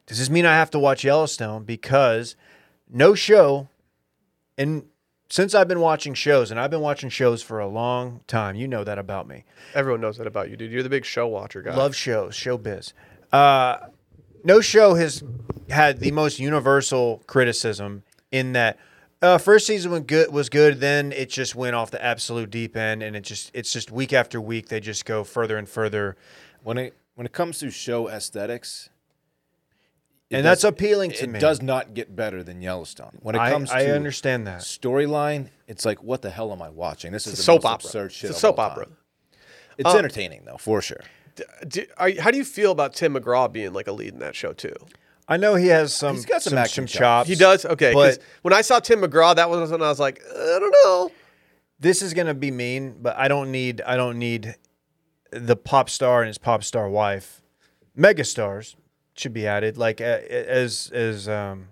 Speaker 2: does this mean I have to watch Yellowstone? Because no show, and since I've been watching shows, and I've been watching shows for a long time, you know that about me.
Speaker 1: Everyone knows that about you, dude. You're the big show watcher guy.
Speaker 2: Love shows, showbiz. Uh, no show has had the most universal criticism in that uh, first season was good, was good. Then it just went off the absolute deep end, and it just it's just week after week they just go further and further,
Speaker 3: When it when it comes to show aesthetics,
Speaker 2: and
Speaker 3: does-
Speaker 2: that's appealing to
Speaker 3: it
Speaker 2: me.
Speaker 3: does not get better than Yellowstone. When it
Speaker 2: I,
Speaker 3: comes
Speaker 2: I
Speaker 3: to
Speaker 2: understand that.
Speaker 3: storyline, it's like, what the hell am I watching? This is
Speaker 1: It's a
Speaker 3: the
Speaker 1: soap
Speaker 3: most
Speaker 1: opera.
Speaker 3: absurd
Speaker 1: It's
Speaker 3: shit.
Speaker 1: a
Speaker 3: of
Speaker 1: soap
Speaker 3: all
Speaker 1: opera.
Speaker 3: time. It's entertaining though, for sure.
Speaker 1: D- do, are, you- how do you feel about Tim McGraw being like a lead in that show too?
Speaker 2: I know he has some.
Speaker 3: He's got some action chops.
Speaker 2: chops.
Speaker 1: He does. Okay, 'cause
Speaker 2: but
Speaker 1: when I saw Tim McGraw, that was when I was like, "Uh, I don't know.
Speaker 2: this is gonna be mean. But I don't need. I don't need the pop star and his pop star wife. Megastars should be added, like a- as as um,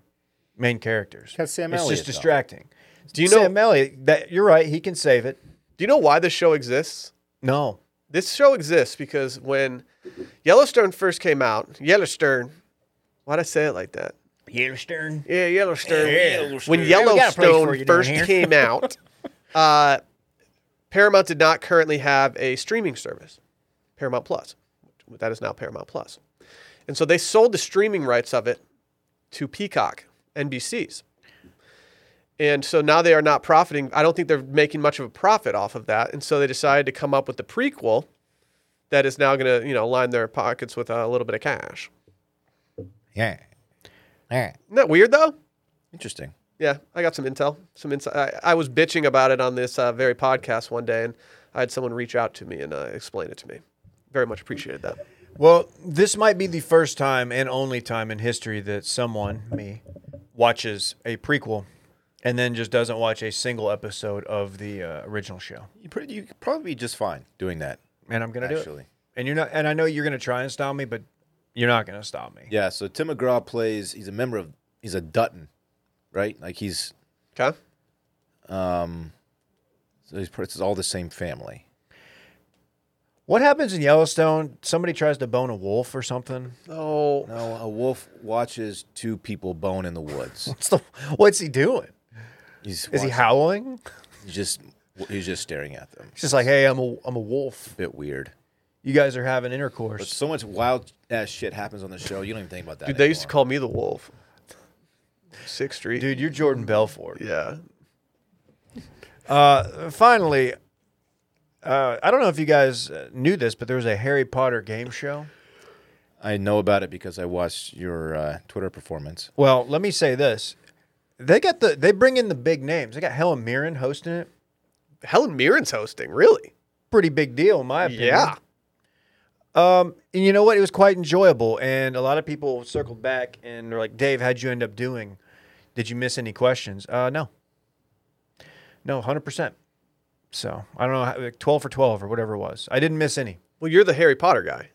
Speaker 2: main characters.
Speaker 3: Got Sam
Speaker 2: it's
Speaker 3: Elliott,
Speaker 2: just
Speaker 3: though.
Speaker 2: distracting. Do
Speaker 1: you
Speaker 2: Sam Elliott? That you're right. He can save it.
Speaker 1: Do you know why this show exists?
Speaker 2: No,
Speaker 1: This show exists because when Yellowstone first came out, Yellowstone. Why'd I say it like that?
Speaker 2: Yellowstone.
Speaker 1: Yeah, Yellowstone.
Speaker 3: Yellowstone.
Speaker 1: When
Speaker 3: Yeah,
Speaker 2: we got a place for
Speaker 1: Yellowstone
Speaker 2: you down
Speaker 1: first
Speaker 2: here.
Speaker 1: came out, uh, Paramount did not currently have a streaming service, Paramount Plus. That is now Paramount Plus. And so they sold the streaming rights of it to Peacock, NBC's. And so now they are not profiting. I don't think they're making much of a profit off of that. And so they decided to come up with the prequel that is now going to, you know, line their pockets with a little bit of cash.
Speaker 3: Yeah. Yeah.
Speaker 1: Isn't that weird though?
Speaker 3: Interesting.
Speaker 1: Yeah, I got some intel, some insight. I, I was bitching about it on this uh, very podcast one day, and I had someone reach out to me and uh, explain it to me. Very much appreciated that.
Speaker 2: Well, this might be the first time and only time in history that someone, me, watches a prequel and then just doesn't watch a single episode of the uh, original show.
Speaker 3: You pretty, you could probably be just fine doing that.
Speaker 2: And I'm gonna do
Speaker 3: Actually.
Speaker 2: it. And you're not. And I know you're gonna try and stop me, but you're not gonna stop me.
Speaker 3: Yeah. So Tim McGraw plays. He's a member of. He's a Dutton, right? Like he's.
Speaker 1: Okay,
Speaker 3: Um, so he's. It's all the same family.
Speaker 2: What happens in Yellowstone? Somebody tries to bone a wolf or something.
Speaker 1: oh,
Speaker 3: No, a wolf watches two people bone in the woods.
Speaker 2: What's the? What's he doing?
Speaker 3: He's
Speaker 2: Is he
Speaker 3: watching-
Speaker 2: howling?
Speaker 3: he's just he's just staring at them.
Speaker 2: He's just like, hey, I'm a, I'm a wolf.
Speaker 3: bit weird.
Speaker 2: You guys are having intercourse.
Speaker 3: So much wild ass shit happens on the show. You don't even think about that.
Speaker 1: dude, they used to
Speaker 3: anymore.
Speaker 1: call me the Wolf. Sixth Street,
Speaker 2: Dude, you're Jordan Belfort.
Speaker 1: Yeah,
Speaker 2: Uh, finally, uh, I don't know if you guys uh, knew this, but there was a Harry Potter game show.
Speaker 3: I know about it because I watched your uh, Twitter performance.
Speaker 2: Well, let me say this: they got the they bring in the big names. They got Helen Mirren hosting it.
Speaker 1: Helen Mirren's hosting. Really?
Speaker 2: Pretty big deal, in my opinion.
Speaker 1: Yeah.
Speaker 2: Um, and you know what? It was quite enjoyable, and a lot of people circled back and were like, "Dave, how'd you end up doing? Did you miss any questions?" Uh, no. No, hundred percent. So I don't know, how- like twelve for twelve or whatever it was. I didn't miss any.
Speaker 1: Well, you're the Harry Potter guy.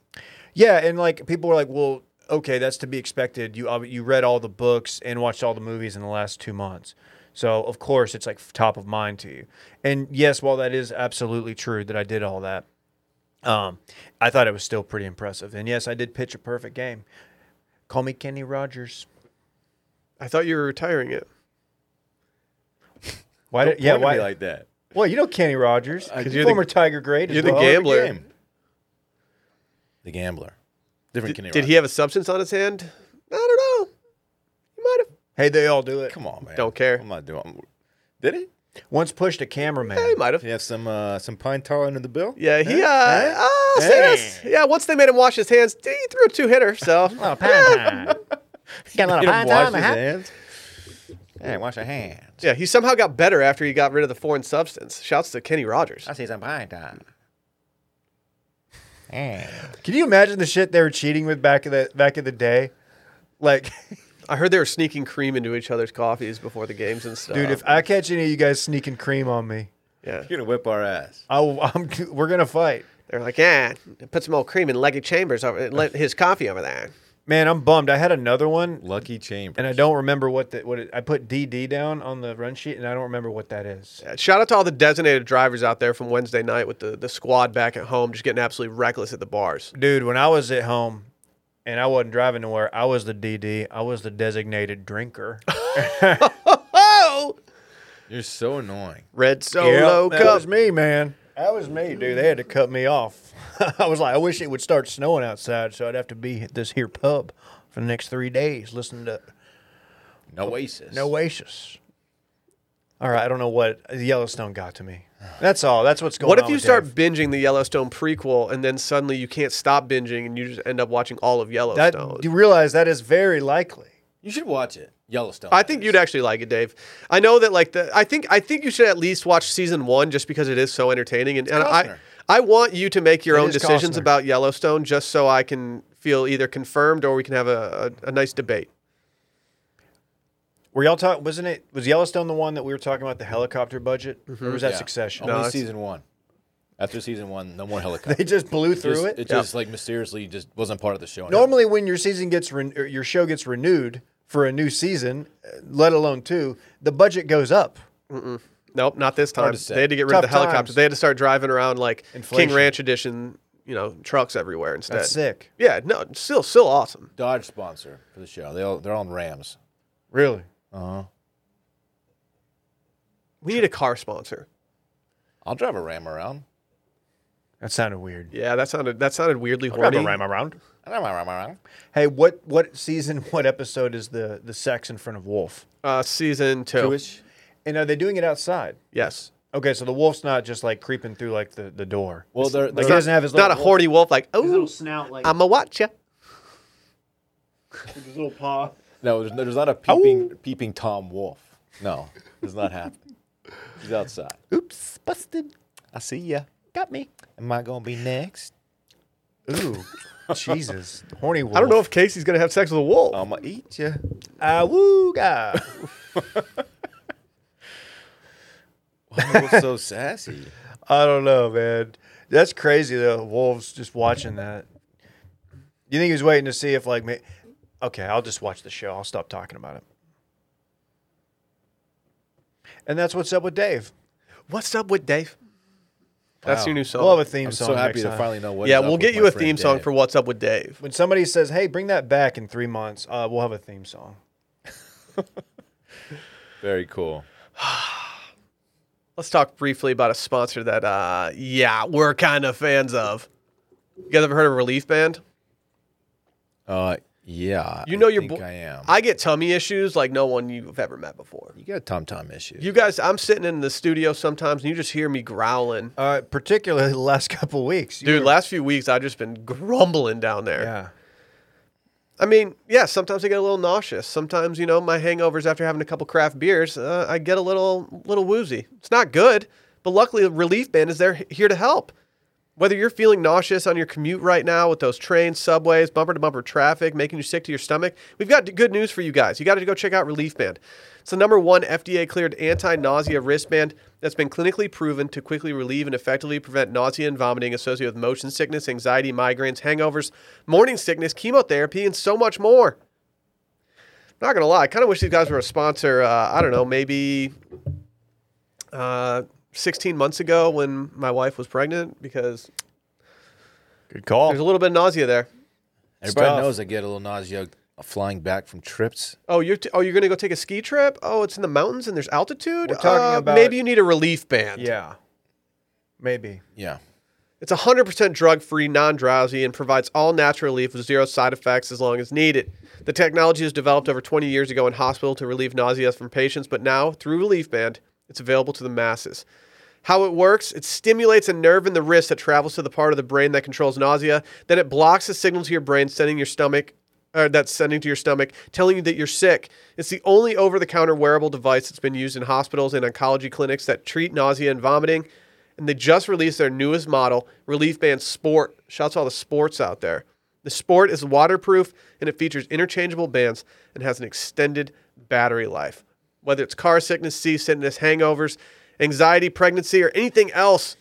Speaker 2: Yeah, and like people were like, "Well, okay, that's to be expected. You ob- you read all the books and watched all the movies in the last two months, so of course it's like f- top of mind to you." And yes, while that is absolutely true that I did all that, um, I thought it was still pretty impressive. And yes, I did pitch a perfect game. Call me Kenny Rogers.
Speaker 1: I thought you were retiring it
Speaker 2: Why?
Speaker 3: Don't
Speaker 2: Did, yeah.
Speaker 3: point at
Speaker 2: Why?
Speaker 3: me like that?
Speaker 2: well, you know Kenny Rogers,
Speaker 3: I- 'Cause
Speaker 1: you're the-
Speaker 2: former Tiger great. as
Speaker 1: you're the
Speaker 2: well.
Speaker 3: Well,
Speaker 1: gambler.
Speaker 3: game. The gambler. Different Kenny
Speaker 1: Did, did he have a substance on his hand? I don't know. He might have.
Speaker 2: Hey, they all do it.
Speaker 3: Come on, man.
Speaker 1: Don't care.
Speaker 3: I'm not doing. Did he?
Speaker 2: Once pushed a cameraman.
Speaker 1: Yeah, he might have.
Speaker 3: Did he have some uh, some pine tar under the bill?
Speaker 1: Yeah, he. Uh,
Speaker 3: Huh?
Speaker 1: oh,
Speaker 3: Hey.
Speaker 1: serious? Yeah, once they made him wash his hands, he threw a two hitter. So
Speaker 3: Oh,
Speaker 2: Little pine time. Got a little
Speaker 3: Did
Speaker 2: pine
Speaker 3: him wash
Speaker 2: time,
Speaker 3: his
Speaker 2: huh?
Speaker 3: hands. Hey, wash your hands.
Speaker 1: yeah, he somehow got better after he got rid of the foreign substance. Shouts to Kenny Rogers.
Speaker 3: I see some pine tar. Hey.
Speaker 2: Can you imagine the shit they were cheating with back in the back in the day? Like,
Speaker 1: I heard they were sneaking cream into each other's coffees before the games and stuff.
Speaker 2: dude, if I catch any of you guys sneaking cream on me,
Speaker 1: yeah,
Speaker 3: You're gonna whip our ass.
Speaker 2: I, will- I'm we're gonna fight.
Speaker 1: they're like, yeah, put some old cream in Leggy Chambers over let his coffee over there.
Speaker 2: Man, I'm bummed. I had another one,
Speaker 3: Lucky chamber.
Speaker 2: and I don't remember what the what it, I put DD down on the run sheet, and I don't remember what that is.
Speaker 1: Yeah, Shout out to all the designated drivers out there from Wednesday night with the, the squad back at home, just getting absolutely reckless at the bars.
Speaker 2: Dude, when I was at home and I wasn't driving nowhere, I was the DD. I was the designated drinker.
Speaker 1: Oh,
Speaker 3: You're so annoying.
Speaker 1: red solo
Speaker 2: that
Speaker 1: cup.
Speaker 2: was me, man. That was me, dude. They had to cut me off. I was like, I wish it would start snowing outside, so I'd have to be at this here pub for the next three days listening to
Speaker 3: No oasis.
Speaker 2: Oasis. All right, I don't know what Yellowstone got to me. That's all. That's what's going.
Speaker 1: What if
Speaker 2: on
Speaker 1: you
Speaker 2: with
Speaker 1: start
Speaker 2: Dave.
Speaker 1: binging the Yellowstone prequel and then suddenly you can't stop binging and you just end up watching all of
Speaker 2: That
Speaker 1: Yellowstone?
Speaker 2: you realize that is very likely.
Speaker 3: You should watch it. Yellowstone.
Speaker 1: I think you'd actually like it, Dave. I know that like the I think I think you should at least watch season one just because it is so entertaining and, and I
Speaker 3: Costner.
Speaker 1: I want you to make your
Speaker 2: It
Speaker 1: own
Speaker 2: is
Speaker 1: decisions
Speaker 2: Costner.
Speaker 1: about Yellowstone just so I can feel either confirmed or we can have a, a, a nice debate.
Speaker 2: Were y'all talking? Wasn't it? Was Yellowstone the one that we were talking about the helicopter budget, or was that Succession?
Speaker 1: No,
Speaker 3: Only
Speaker 1: it's-
Speaker 3: season one. After season one, no more helicopters.
Speaker 2: They just blew through
Speaker 3: just,
Speaker 2: it.
Speaker 3: It just like mysteriously just wasn't part of the show. anymore.
Speaker 2: Normally, when your season gets ren- or your show gets renewed for a new season, uh, let alone two, the budget goes up.
Speaker 1: Nope, not this time.
Speaker 3: to say.
Speaker 1: They had to get rid of the
Speaker 2: Tough
Speaker 1: helicopters.
Speaker 2: times.
Speaker 1: They had to start driving around like
Speaker 2: Inflation.
Speaker 1: King Ranch edition, you know, trucks everywhere instead.
Speaker 2: That's sick.
Speaker 1: Yeah, no, still still awesome.
Speaker 3: Dodge sponsor for the show. They all, they're on Rams.
Speaker 2: Really?
Speaker 1: We need a car sponsor.
Speaker 3: I'll drive a Ram around.
Speaker 2: That sounded weird.
Speaker 1: Yeah, that sounded that sounded weirdly
Speaker 2: Grab
Speaker 1: horny.
Speaker 2: a ram around.
Speaker 3: I drive a Ram around.
Speaker 2: Hey, what what season? What episode is the the sex in front of wolf?
Speaker 1: Uh, season two.
Speaker 3: Jewish.
Speaker 2: And are they doing it outside?
Speaker 1: Yes.
Speaker 2: Okay, so the wolf's not just like creeping through like the, the door.
Speaker 3: Well, they're,
Speaker 2: like
Speaker 3: they're
Speaker 2: he doesn't have his
Speaker 1: It's not a
Speaker 2: little wolf-
Speaker 1: horny wolf like, oh,
Speaker 4: snout like
Speaker 1: I'm a watcher.
Speaker 4: with his little paw.
Speaker 3: no, there's, there's not a peeping peeping Tom Wolf. No, does not happen. He's outside. Oops, busted. I see ya. Got me. Am I gonna be next?
Speaker 2: Ooh, Jesus, horny wolf.
Speaker 1: I don't know if Casey's gonna have sex with a wolf.
Speaker 3: I'ma eat ya.
Speaker 2: Ah, woo, God.
Speaker 3: Why was so sassy?
Speaker 2: I don't know, man. That's crazy though. Wolves just watching that. You think he was waiting to see if like me? Okay, I'll just watch the show. I'll stop talking about it. And that's what's up with Dave.
Speaker 1: What's up with Dave? That's
Speaker 3: Wow.
Speaker 1: your new song.
Speaker 2: We'll have a theme
Speaker 3: I'm
Speaker 2: song.
Speaker 3: so happy
Speaker 2: next
Speaker 3: to
Speaker 2: time.
Speaker 3: finally know what.
Speaker 1: yeah,
Speaker 3: is up
Speaker 1: we'll
Speaker 3: with
Speaker 1: get you
Speaker 3: my
Speaker 1: a
Speaker 3: friend
Speaker 1: theme song
Speaker 3: Dave.
Speaker 1: for What's Up with Dave.
Speaker 2: When somebody says, "Hey, bring that back in three months," uh, we'll have a theme song.
Speaker 3: Very cool.
Speaker 1: Let's talk briefly about a sponsor that, uh, yeah, we're kind of fans of. You guys ever heard of Relief Band?
Speaker 3: Uh, yeah.
Speaker 1: You know
Speaker 3: I
Speaker 1: your
Speaker 3: think
Speaker 1: bo-
Speaker 3: I am.
Speaker 1: I get tummy issues like no one you've ever met before.
Speaker 3: you got Tom Tom issues.
Speaker 1: You guys, I'm sitting in the studio sometimes, and you just hear me growling.
Speaker 2: Uh, particularly the last couple weeks, You
Speaker 1: Dude,
Speaker 2: were-
Speaker 1: last few weeks I've just been grumbling down there.
Speaker 2: yeah.
Speaker 1: I mean, yeah, sometimes I get a little nauseous. Sometimes, you know, my hangovers after having a couple craft beers, uh, I get a little little woozy. It's not good, but luckily the Relief Band is there here to help. Whether you're feeling nauseous on your commute right now with those trains, subways, bumper to bumper traffic, making you sick to your stomach, we've got good news for you guys. You got to go check out Relief Band. It's It's the number one FDA cleared anti nausea wristband that's been clinically proven to quickly relieve and effectively prevent nausea and vomiting associated with motion sickness, anxiety, migraines, hangovers, morning sickness, chemotherapy, and so much more. Not gonna lie, I kind of wish these guys were a sponsor. Uh, I don't know, maybe uh, 16 months ago when my wife was pregnant because there's
Speaker 2: Good
Speaker 1: a
Speaker 2: call.
Speaker 1: little bit of nausea there.
Speaker 3: Everybody
Speaker 2: Stuff.
Speaker 3: knows I get a little nausea flying back from trips.
Speaker 1: Oh, you're t- oh you're gonna go take a ski trip? Oh, it's in the mountains and there's altitude.
Speaker 2: We're talking
Speaker 1: Uh,
Speaker 2: about-
Speaker 1: maybe you need a relief band.
Speaker 2: Yeah. Maybe.
Speaker 3: Yeah.
Speaker 1: It's 100% drug free, non drowsy, and provides all natural relief with zero side effects as long as needed. The technology was developed over 20 years ago in hospital to relieve nausea from patients, but now, through Relief Band, it's available to the masses. How it works it stimulates a nerve in the wrist that travels to the part of the brain that controls nausea. Then it blocks the signal to your brain, sending your stomach. Or that's sending to your stomach, telling you that you're sick. It's the only over the counter wearable device that's been used in hospitals and oncology clinics that treat nausea and vomiting and they just released their newest model, Relief Band Sport. Shouts to all the sports out there. The Sport is waterproof and it features interchangeable bands and has an extended battery life. Whether it's car sickness, sea sickness, hangovers, anxiety, pregnancy, or anything else,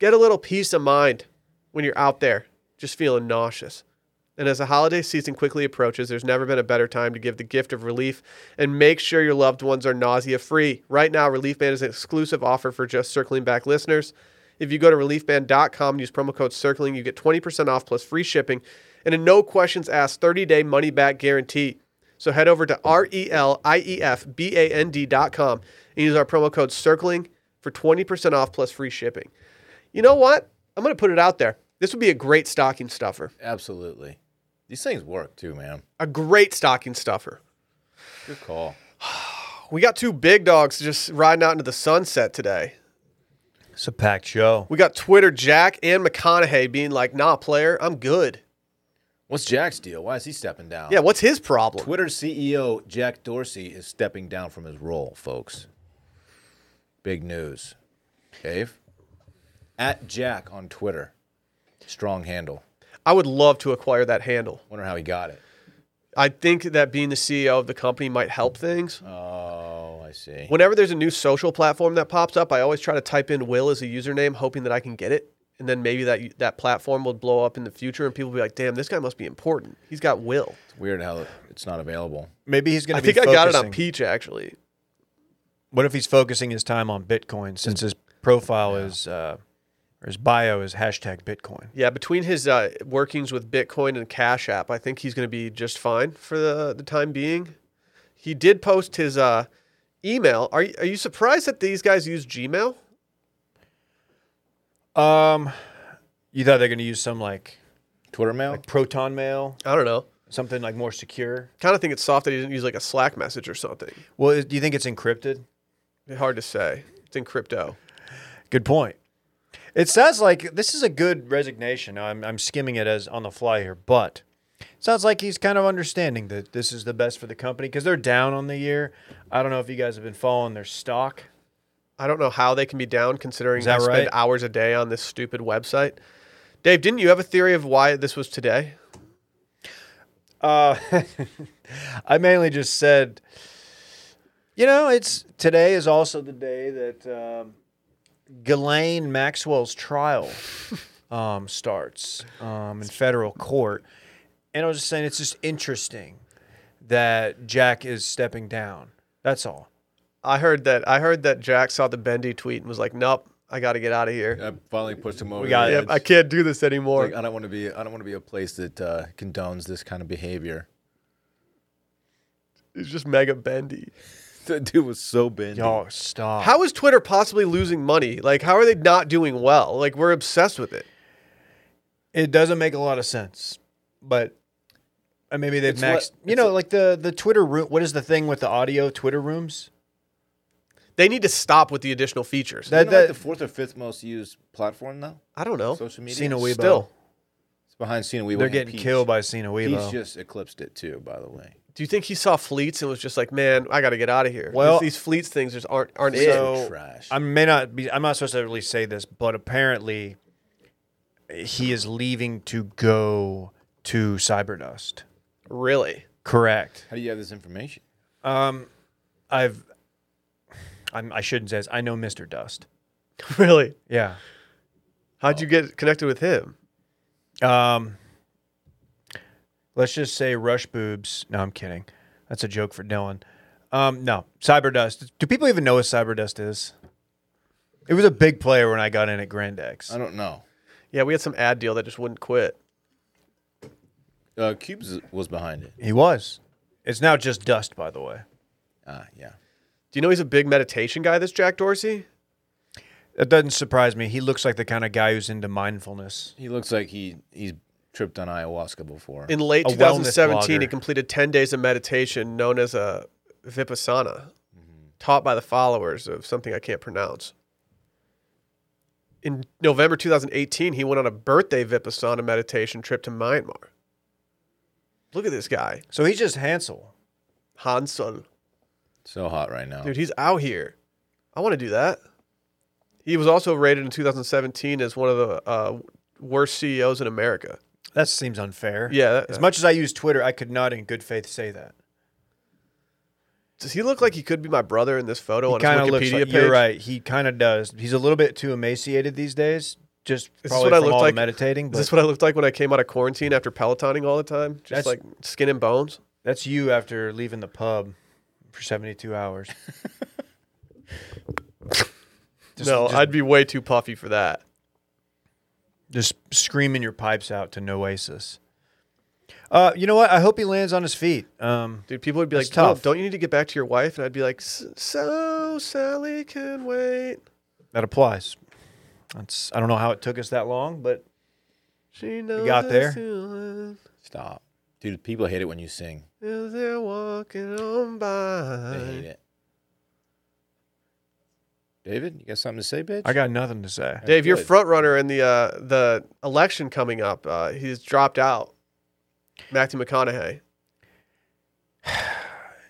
Speaker 1: get a little peace of mind when you're out there just feeling nauseous. And as the holiday season quickly approaches, there's never been a better time to give the gift of relief and make sure your loved ones are nausea free. Right now, Relief Band is an exclusive offer for just circling back listeners. If you go to reliefband.com and use promo code circling, you get 20% off plus free shipping and a no questions asked 30 day money back guarantee. So head over to R E L I E F B A N D.com and use our promo code circling for 20% off plus free shipping. You know what? I'm going to put it out there. This would be a great stocking stuffer
Speaker 3: Absolutely. These things work too, man.
Speaker 1: a great stocking stuffer.
Speaker 3: Good call.
Speaker 1: We got two big dogs just riding out into the sunset today.
Speaker 2: It's a packed show.
Speaker 1: We got Twitter Jack and McConaughey being like, nah, player, I'm good.
Speaker 3: What's Jack's deal? Why is he stepping down?
Speaker 1: Yeah, what's his problem?
Speaker 3: Twitter CEO Jack Dorsey is stepping down from his role, folks. Big news. Dave? At Jack on Twitter. Strong handle.
Speaker 1: I would love to acquire that handle.
Speaker 3: Wonder how he got it.
Speaker 1: I think that being the CEO of the company might help things.
Speaker 3: Oh, I see.
Speaker 1: Whenever there's a new social platform that pops up, I always try to type in Will as a username, hoping that I can get it. And then maybe that that platform will blow up in the future, and people will be like, "Damn, this guy must be important. He's got Will."
Speaker 3: It's weird how it's not available.
Speaker 2: Maybe he's going
Speaker 1: I
Speaker 2: to be
Speaker 1: think I got it on
Speaker 2: focusing-
Speaker 1: Peach actually.
Speaker 2: What if he's focusing his time on Bitcoin since his profile is, uh, or his bio is hashtag Bitcoin?
Speaker 1: Yeah, between his uh, workings with Bitcoin and Cash App, I think he's going to be just fine for the, the time being. He did post his uh, email. Are you, are you surprised that these guys use Gmail?
Speaker 2: Um, you thought they're going to use some like
Speaker 3: Twitter mail?
Speaker 2: Proton Mail,
Speaker 1: I don't know.
Speaker 2: something like more secure.
Speaker 1: Kind of think it's soft that he didn't use like a Slack message or something.
Speaker 2: Well, is- do you think it's encrypted?
Speaker 1: Hard to say. It's in crypto.
Speaker 2: Good point. It sounds like this is a good resignation. I'm, I'm skimming it as on the fly here, but it sounds like he's kind of understanding that this is the best for the company because they're down on the year. I don't know if you guys have been following their stock.
Speaker 1: I don't know how they can be down considering
Speaker 2: Is
Speaker 1: I
Speaker 2: that
Speaker 1: spend
Speaker 2: right?
Speaker 1: hours a day on this stupid website. Dave, didn't you have a theory of why this was today?
Speaker 2: Uh, I mainly just said, you know, it's today is also the day that um, Ghislaine Maxwell's trial um, starts um, in federal court, and I was just saying it's just interesting that Jack is stepping down. That's all.
Speaker 1: I heard that I heard that Jack saw the Bendy tweet and was like, "Nope, I got to get out of here.
Speaker 3: I finally pushed him over.
Speaker 2: got
Speaker 3: the
Speaker 2: it.
Speaker 1: Yep,
Speaker 3: edge.
Speaker 1: I can't do this anymore."
Speaker 3: Like, I don't want to be. I don't want to be a place that uh, condones this kind of behavior.
Speaker 1: It's just mega bendy.
Speaker 3: That dude was so bendy.
Speaker 2: Y'all stop.
Speaker 1: How is Twitter possibly losing money? Like, how are they not doing well? Like, we're obsessed with it.
Speaker 2: It doesn't make a lot of sense, but uh, maybe they've
Speaker 3: It's
Speaker 2: maxed.
Speaker 3: what-
Speaker 2: you know, like the the Twitter room. What is the thing with the audio Twitter rooms?
Speaker 1: They need to stop with the additional features.
Speaker 2: That-
Speaker 3: Isn't it like
Speaker 2: that-
Speaker 3: the fourth or fifth most used platform though.
Speaker 1: I don't know.
Speaker 3: Social media.
Speaker 2: Sina Weibo.
Speaker 1: Still,
Speaker 3: It's behind Cena Weibo.
Speaker 2: They're
Speaker 3: and
Speaker 2: getting
Speaker 3: Peach.
Speaker 2: killed by Cena Weibo.
Speaker 3: Peach just eclipsed it too. By the way,
Speaker 1: do you think he saw fleets and was just like, "Man, I got to get out of here"?
Speaker 2: Well-
Speaker 1: These- these fleets things just aren't aren't
Speaker 3: Fleets
Speaker 1: it.
Speaker 3: are-
Speaker 2: so
Speaker 3: trash.
Speaker 2: I may not be. I'm not supposed to really say this, but apparently, he is leaving to go to Cyberdust.
Speaker 1: Really,
Speaker 2: Correct.
Speaker 3: how do you have this information?
Speaker 2: Um, I've I'm, I shouldn't say this. I know Mr. Dust.
Speaker 1: really?
Speaker 2: Yeah.
Speaker 1: How'd you get connected with him?
Speaker 2: Um, let's just say Rush Boobs. No, I'm kidding. That's a joke for Dylan. Um, no, Cyberdust. Do people even know what Cyberdust is? It was a big player when I got in at Grand X.
Speaker 3: I don't know.
Speaker 1: Yeah, we had some ad deal that just wouldn't quit.
Speaker 3: Uh, Cubes was behind it.
Speaker 2: He was. It's now just Dust, by the way.
Speaker 3: Ah, yeah.
Speaker 1: Do you know he's a big meditation guy? This Jack Dorsey.
Speaker 2: That doesn't surprise me. He looks like the kind of guy who's into mindfulness.
Speaker 3: He looks like he he's tripped on ayahuasca before.
Speaker 1: In late
Speaker 2: A wellness
Speaker 1: 2017, he
Speaker 2: blogger.
Speaker 1: completed 10 days of meditation known as a vipassana,
Speaker 2: Mm-hmm.
Speaker 1: taught by the followers of something I can't pronounce. In November 2018, he went on a birthday vipassana meditation trip to Myanmar. Look at this guy,
Speaker 2: So he's just Hansel.
Speaker 1: Hansel.
Speaker 3: so hot right now.
Speaker 1: Dude, he's out here. I want to do that. He was also rated in 2017 as one of the uh, worst CEOs in America.
Speaker 2: That seems unfair.
Speaker 1: Yeah, that-
Speaker 2: As much as I use Twitter, I could not in good faith say that.
Speaker 1: Does he look like he could be my brother in this photo on his
Speaker 2: kinda
Speaker 1: Wikipedia
Speaker 2: looks like-
Speaker 1: page?
Speaker 2: You're right. He kind of does. He's a little bit too emaciated these days. Just
Speaker 1: this
Speaker 2: probably
Speaker 1: what I
Speaker 2: from
Speaker 1: looked
Speaker 2: all the
Speaker 1: like?
Speaker 2: meditating.
Speaker 1: Is
Speaker 2: But
Speaker 1: this what I looked like when I came out of quarantine after pelotoning all the time? Just
Speaker 2: That's-
Speaker 1: like skin and bones?
Speaker 2: that's you after leaving the pub for 72 hours. Just-
Speaker 1: no,
Speaker 2: just-
Speaker 1: I'd be way too puffy for that.
Speaker 2: Just screaming your pipes out to Noasis. Uh, you know what? I hope he lands on his feet. Um,
Speaker 1: Dude, people would be
Speaker 2: That's
Speaker 1: like, "Well,
Speaker 2: tough.
Speaker 1: don't you need to get back to your wife? And I'd be like, "S- so Sally can wait.
Speaker 2: that applies. That's, I don't know how it took us that long, but
Speaker 1: She knows
Speaker 2: got
Speaker 1: it's
Speaker 2: there?
Speaker 1: soon
Speaker 3: Stop, dude. People hate it when you sing.
Speaker 1: as they're walking on
Speaker 3: They hate
Speaker 1: by.
Speaker 3: it. David, you got something to say, bitch?
Speaker 2: I got nothing to say.
Speaker 1: Dave, your
Speaker 3: Good.
Speaker 1: front runner in the uh, the election coming up, uh, he's dropped out. Matthew McConaughey.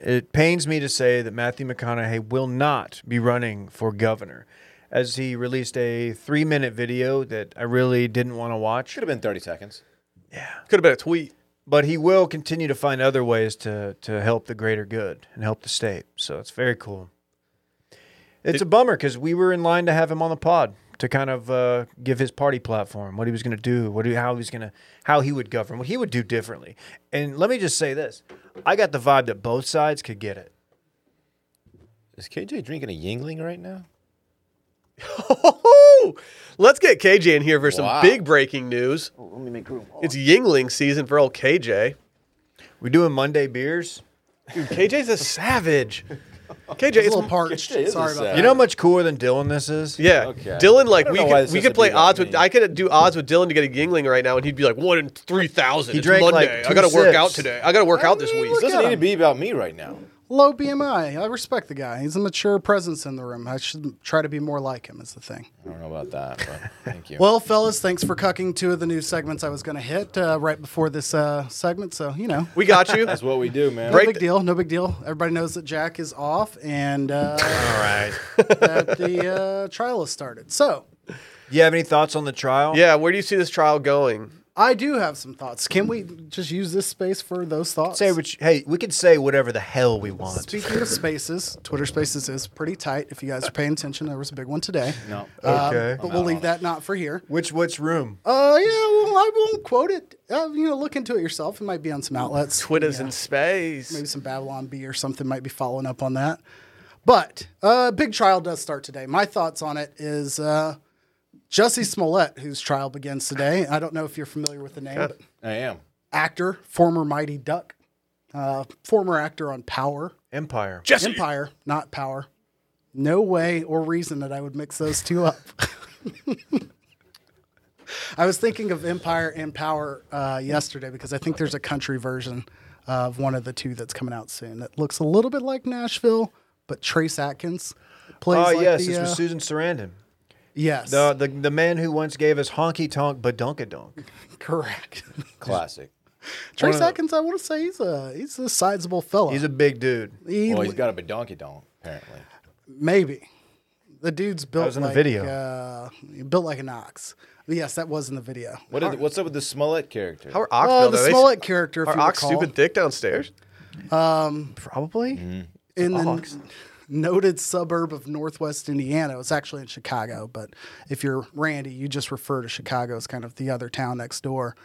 Speaker 2: It pains me to say that Matthew McConaughey will not be running for governor, as he released a three minute video that I really didn't want to watch.
Speaker 3: Should have been 30 seconds.
Speaker 1: Could have been a tweet.
Speaker 2: But he will continue to find other ways to, to help the greater good and help the state. So it's very cool. It's a bummer because we were in line to have him on the pod to kind of uh, give his party platform, what he was going to do, what he, how he was going to, how he would govern, what he would do differently. And let me just say this: I got the vibe that both sides could get it.
Speaker 3: Is KJ drinking a Yingling right now?
Speaker 1: Let's get KJ in here for some
Speaker 3: Wow.
Speaker 1: big breaking news.
Speaker 3: Oh,
Speaker 4: Let me make room. Hold
Speaker 1: It's Yingling season for old KJ.
Speaker 2: We doing Monday beers.
Speaker 1: Dude, KJ's a savage. KJ,
Speaker 4: on.
Speaker 1: it's
Speaker 4: It's a little parched.
Speaker 3: It is
Speaker 4: Sorry
Speaker 3: sad.
Speaker 1: uh,
Speaker 4: about
Speaker 2: You
Speaker 4: that.
Speaker 2: know how much cooler than Dylan this is?
Speaker 1: yeah.
Speaker 3: Okay.
Speaker 1: Dylan, like
Speaker 3: I don't
Speaker 1: we
Speaker 3: know why
Speaker 1: could,
Speaker 3: this
Speaker 1: we
Speaker 3: has
Speaker 1: could
Speaker 3: to
Speaker 1: play
Speaker 3: be about
Speaker 1: odds with.
Speaker 3: me.
Speaker 1: I could do odds with Dylan to get a Yingling right now, and he'd be like one in three thousand.
Speaker 2: He
Speaker 1: It's
Speaker 2: drank, like,
Speaker 1: Monday. I
Speaker 2: two
Speaker 1: got to work
Speaker 2: sips.
Speaker 1: out today. I got to work out this week.
Speaker 3: It doesn't need to be about me right now.
Speaker 4: Low BMI. I respect the guy. He's a mature presence in the room. I should try to be more like him. Is the thing.
Speaker 3: I don't know about that, but thank you.
Speaker 4: Well, fellas, thanks for cucking two of the new segments I was going to hit uh, right before this uh, segment. So you know,
Speaker 1: We got you.
Speaker 3: that's what we do, man.
Speaker 4: no
Speaker 1: Break
Speaker 4: big
Speaker 1: the-
Speaker 4: deal. No big deal. Everybody knows that Jack is off and uh, that the uh, trial has started. So
Speaker 2: Do you have any thoughts on the trial?
Speaker 1: yeah. Where do you see this trial going?
Speaker 4: I do have some thoughts. Can we just use this space for those thoughts?
Speaker 2: Say what you- hey, we could say whatever the hell we want.
Speaker 4: Speaking of spaces, Twitter Spaces is pretty tight. If you guys are paying attention, there was a big one today.
Speaker 3: No.
Speaker 4: Um,
Speaker 2: Okay.
Speaker 4: but we'll leave that not for here.
Speaker 2: Which which room?
Speaker 4: Uh, yeah, well, I won't quote it. Uh, you know, look into it yourself. It might be on some outlets.
Speaker 1: Twitter's
Speaker 4: Yeah.
Speaker 1: in space.
Speaker 4: maybe some Babylon B or something might be following up on that. But uh, big trial does start today. My thoughts on it is uh, Jesse Smollett, whose trial begins today. I don't know if you're familiar with the name. but
Speaker 3: I am.
Speaker 4: Actor, former Mighty Duck, uh, former actor on Power,
Speaker 2: Empire.
Speaker 4: Empire, not Power. No way or reason that I would mix those two up. I was thinking of Empire and Power uh, yesterday because I think there's a country version of one of the two that's coming out soon that looks a little bit like Nashville, but Trace Atkins plays.
Speaker 2: Oh
Speaker 4: like
Speaker 2: yes,
Speaker 4: the,
Speaker 2: it's with
Speaker 4: uh,
Speaker 2: Susan Sarandon.
Speaker 4: yes,
Speaker 2: The, the the man who once gave us honky tonk badunkadonk.
Speaker 4: correct.
Speaker 3: Classic.
Speaker 4: Trace Atkins, I want to say he's a he's a sizable fella.
Speaker 2: He's a big dude.
Speaker 4: He-
Speaker 3: Well, he's got a donkey donk, apparently.
Speaker 4: Maybe. The dude's built
Speaker 2: was in the
Speaker 4: like
Speaker 2: video.
Speaker 4: Uh, built like an ox. Yes, that was in the video.
Speaker 3: What is, what's up with the Smollett character?
Speaker 1: How are ox?
Speaker 4: Uh,
Speaker 1: built?
Speaker 4: the
Speaker 1: Are they-
Speaker 4: Smollett character, if
Speaker 1: Are
Speaker 4: you
Speaker 1: ox
Speaker 4: recall.
Speaker 1: stupid thick downstairs?
Speaker 2: Probably.
Speaker 4: in the
Speaker 1: Hawks.
Speaker 4: n- noted suburb of Northwest Indiana. It's actually in Chicago, but if you're Randy, you just refer to Chicago as kind of the other town next door.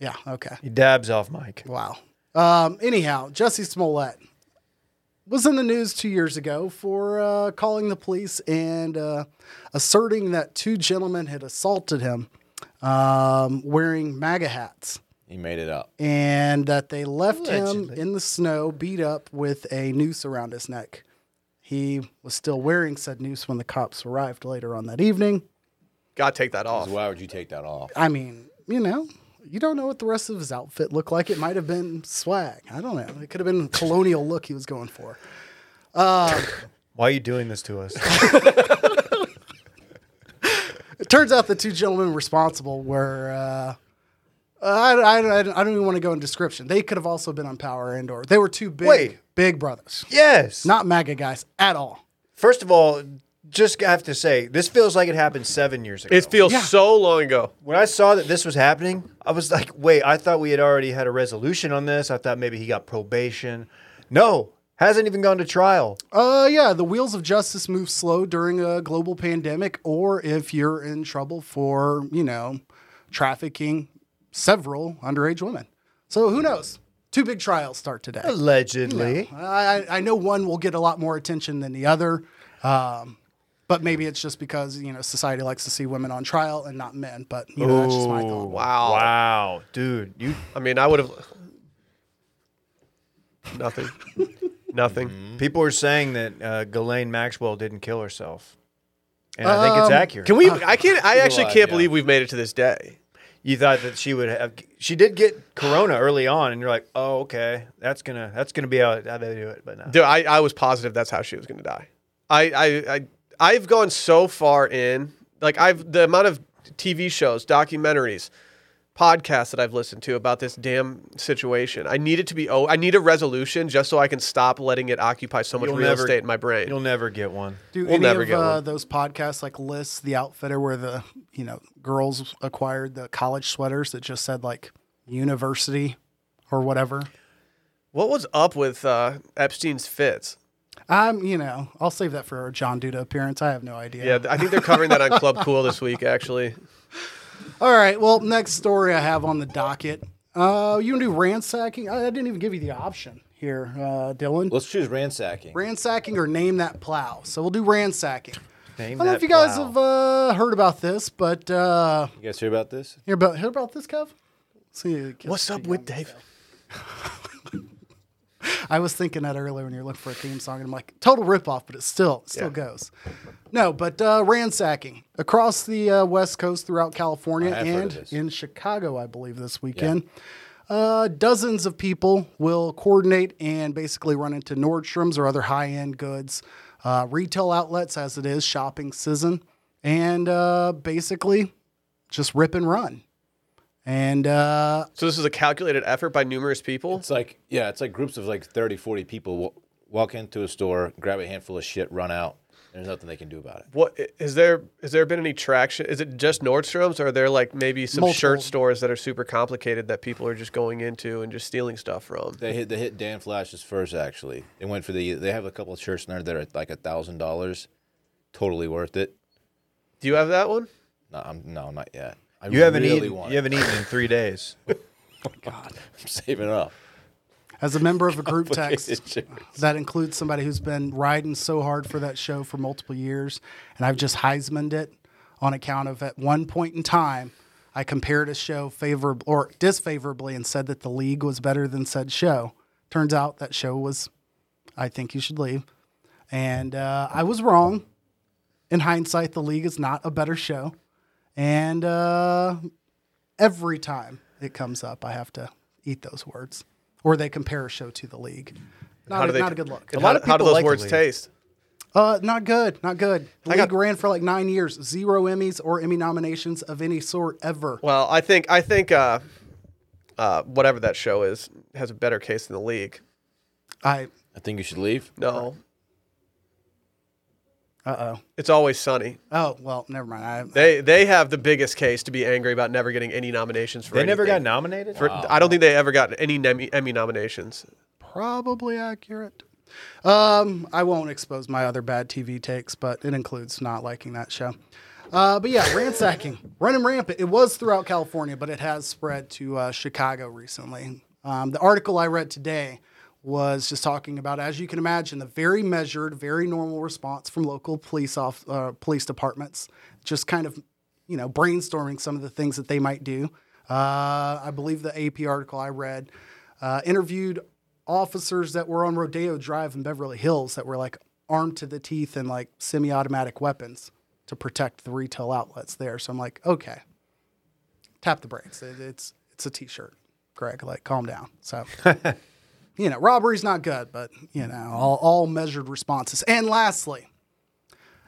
Speaker 4: Yeah, okay.
Speaker 2: He dabs off Mike.
Speaker 4: Wow. Um, anyhow, Jesse Smollett was in the news two years ago for uh, calling the police and uh, asserting that two gentlemen had assaulted him um, wearing MAGA hats
Speaker 3: He made it up.
Speaker 4: and that they left him in the snow beat up with a noose around his neck. He was still wearing said noose when the cops arrived later on that evening.
Speaker 1: Gotta take that off.
Speaker 3: Why would you take that off?
Speaker 4: I mean, you know, you don't know what the rest of his outfit looked like. It might have been swag. I don't know. It could have been colonial look he was going for.
Speaker 2: Why are you doing this to us?
Speaker 4: It turns out the two gentlemen responsible were. Uh, I, I, I don't even want to go in description. They could have also been on Power Indoor. They were two big,
Speaker 2: Wait.
Speaker 4: big brothers.
Speaker 2: yes.
Speaker 4: Not MAGA guys at all.
Speaker 2: First of all, just have to say this feels like it happened seven years ago.
Speaker 1: It feels
Speaker 4: Yeah.
Speaker 1: so long ago.
Speaker 2: when I saw that this was happening, I was like, wait, I thought we had already had a resolution on this. I thought maybe he got probation. No, hasn't even gone to trial.
Speaker 4: Uh, yeah, the wheels of justice move slow during a global pandemic, or if you're in trouble for, you know, trafficking several underage women. So who knows? Two big trials start today.
Speaker 2: Allegedly.
Speaker 4: I, I- I know one will get a lot more attention than the other, um, but maybe it's just because you know society likes to see women on trial and not men. But you know, that's just my thought.
Speaker 1: Wow.
Speaker 2: Wow, dude, you
Speaker 1: I mean, I would have nothing, nothing.
Speaker 4: Mm-hmm.
Speaker 2: people are saying that uh, Ghislaine Maxwell didn't kill herself, and I think it's
Speaker 4: Um,
Speaker 2: accurate.
Speaker 1: Can we? I can't. I actually
Speaker 3: alive,
Speaker 1: can't
Speaker 3: yeah.
Speaker 1: believe we've made it to this day.
Speaker 2: you thought that she would have? She did get corona early on, and you're like, oh, okay, that's gonna that's gonna be how, how they do it. But no,
Speaker 1: Dude, I, I was positive that's how she was going to die. I, I, I, I've gone so far in, like I've the amount of TV shows, documentaries, podcasts that I've listened to about this damn situation. I need it to be. Oh, I need a resolution just so I can stop letting it occupy so much
Speaker 2: You'll
Speaker 1: real
Speaker 2: never-
Speaker 1: estate in my brain.
Speaker 2: you'll never get one.
Speaker 4: Do
Speaker 1: We'll
Speaker 4: any
Speaker 1: never
Speaker 4: of
Speaker 1: get
Speaker 4: uh,
Speaker 1: one.
Speaker 4: those podcasts like lists the outfitter where the you know girls acquired the college sweaters that just said like university or whatever?
Speaker 1: What was up with uh, Epstein's fits?
Speaker 4: Um, you know, I'll save that for a John Duda appearance. I have no idea.
Speaker 1: Yeah, th- I think they're covering that on Club Cool this week. Actually,
Speaker 4: All right. Well, next story I have on the docket. Uh, you can do ransacking. I, I didn't even give you the option here, uh, Dylan.
Speaker 3: Let's choose ransacking.
Speaker 4: ransacking or name that plow. So we'll do ransacking. I
Speaker 2: Name
Speaker 4: don't know
Speaker 2: that
Speaker 4: if you guys
Speaker 2: plow.
Speaker 4: have uh, heard about this, but uh,
Speaker 3: you guys hear about this?
Speaker 4: hear about heard about this, Kev? See,
Speaker 1: what's up with Dave?
Speaker 4: I was thinking that earlier when you're looking for a theme song, and I'm like, total ripoff, but it still it still goes. No, but uh, ransacking across the uh, West Coast, throughout California,
Speaker 3: I have heard of
Speaker 4: and
Speaker 3: this.
Speaker 4: in Chicago, I believe this weekend. Uh, dozens of people will coordinate and basically run into Nordstrom's or other high end goods, uh, retail outlets, as it is shopping season, and uh, basically just rip and run. And uh,
Speaker 1: So this is a calculated effort by numerous people.
Speaker 3: It's like, yeah, it's like groups of like 30, 40 people wa- walk into a store, grab a handful of shit, run out. There's nothing they can do about it.
Speaker 1: What is there? Has there been any traction? Is it just Nordstrom's, or are there like maybe some
Speaker 4: Multiple.
Speaker 1: shirt stores that are super complicated that people are just going into and just stealing stuff from?
Speaker 3: They hit they hit Dan Flash's first actually. They went for the they have a couple of shirts in there that are like a thousand dollars, totally worth it.
Speaker 1: Do you have that one?
Speaker 3: No, I'm no not yet. I
Speaker 2: You haven't
Speaker 3: really
Speaker 2: eaten.
Speaker 3: want
Speaker 2: You
Speaker 3: it.
Speaker 2: haven't eaten in three days.
Speaker 3: I'm saving up.
Speaker 4: as a member of a group text,
Speaker 3: shit.
Speaker 4: That includes somebody who's been riding so hard for that show for multiple years, and I've just Heismaned it on account of at one point in time I compared a show favorably or disfavorably and said that the league was better than said show. Turns out that show was I think you should leave, and uh, I was wrong. In hindsight, the league is not a better show, and uh, every time it comes up, I have to eat those words, or they compare a show to the league. Not,
Speaker 1: do
Speaker 4: a,
Speaker 1: they-
Speaker 4: not a good look.
Speaker 1: And
Speaker 2: how
Speaker 1: how,
Speaker 2: do
Speaker 1: do- how do
Speaker 2: people
Speaker 1: those
Speaker 2: like the
Speaker 1: words
Speaker 2: league?
Speaker 1: taste?
Speaker 4: Uh, not good, not good.
Speaker 1: I
Speaker 4: The league
Speaker 1: got-
Speaker 4: ran for like nine years, zero Emmys or Emmy nominations of any sort ever.
Speaker 1: Well, I think I think uh, uh, whatever that show is has a better case than the league.
Speaker 4: I
Speaker 3: I think you should leave.
Speaker 1: No,
Speaker 4: uh oh
Speaker 1: it's always sunny.
Speaker 4: oh well never mind. I,
Speaker 1: They they have the biggest case to be angry about never getting any nominations for.
Speaker 2: They never got
Speaker 1: anything.
Speaker 2: nominated.
Speaker 1: For- I don't think they ever got any Emmy, Emmy nominations.
Speaker 4: probably accurate. Um, I won't expose my other bad TV takes, but it includes not liking that show. Uh, but yeah, ransacking, running rampant. It was throughout California, but it has spread to uh, Chicago recently. Um, the article I read today was just talking about, as you can imagine, the very measured, very normal response from local police off uh, police departments. Just kind of, you know, brainstorming some of the things that they might do. Uh, I believe the AP article I read uh, interviewed officers that were on Rodeo Drive in Beverly Hills that were like armed to the teeth and like semi-automatic weapons to protect the retail outlets there. So I'm like, okay, tap the brakes. It, it's it's a t-shirt, Greg. Like, calm down. So, you know, robbery's not good, but you know, all, all measured responses. And lastly,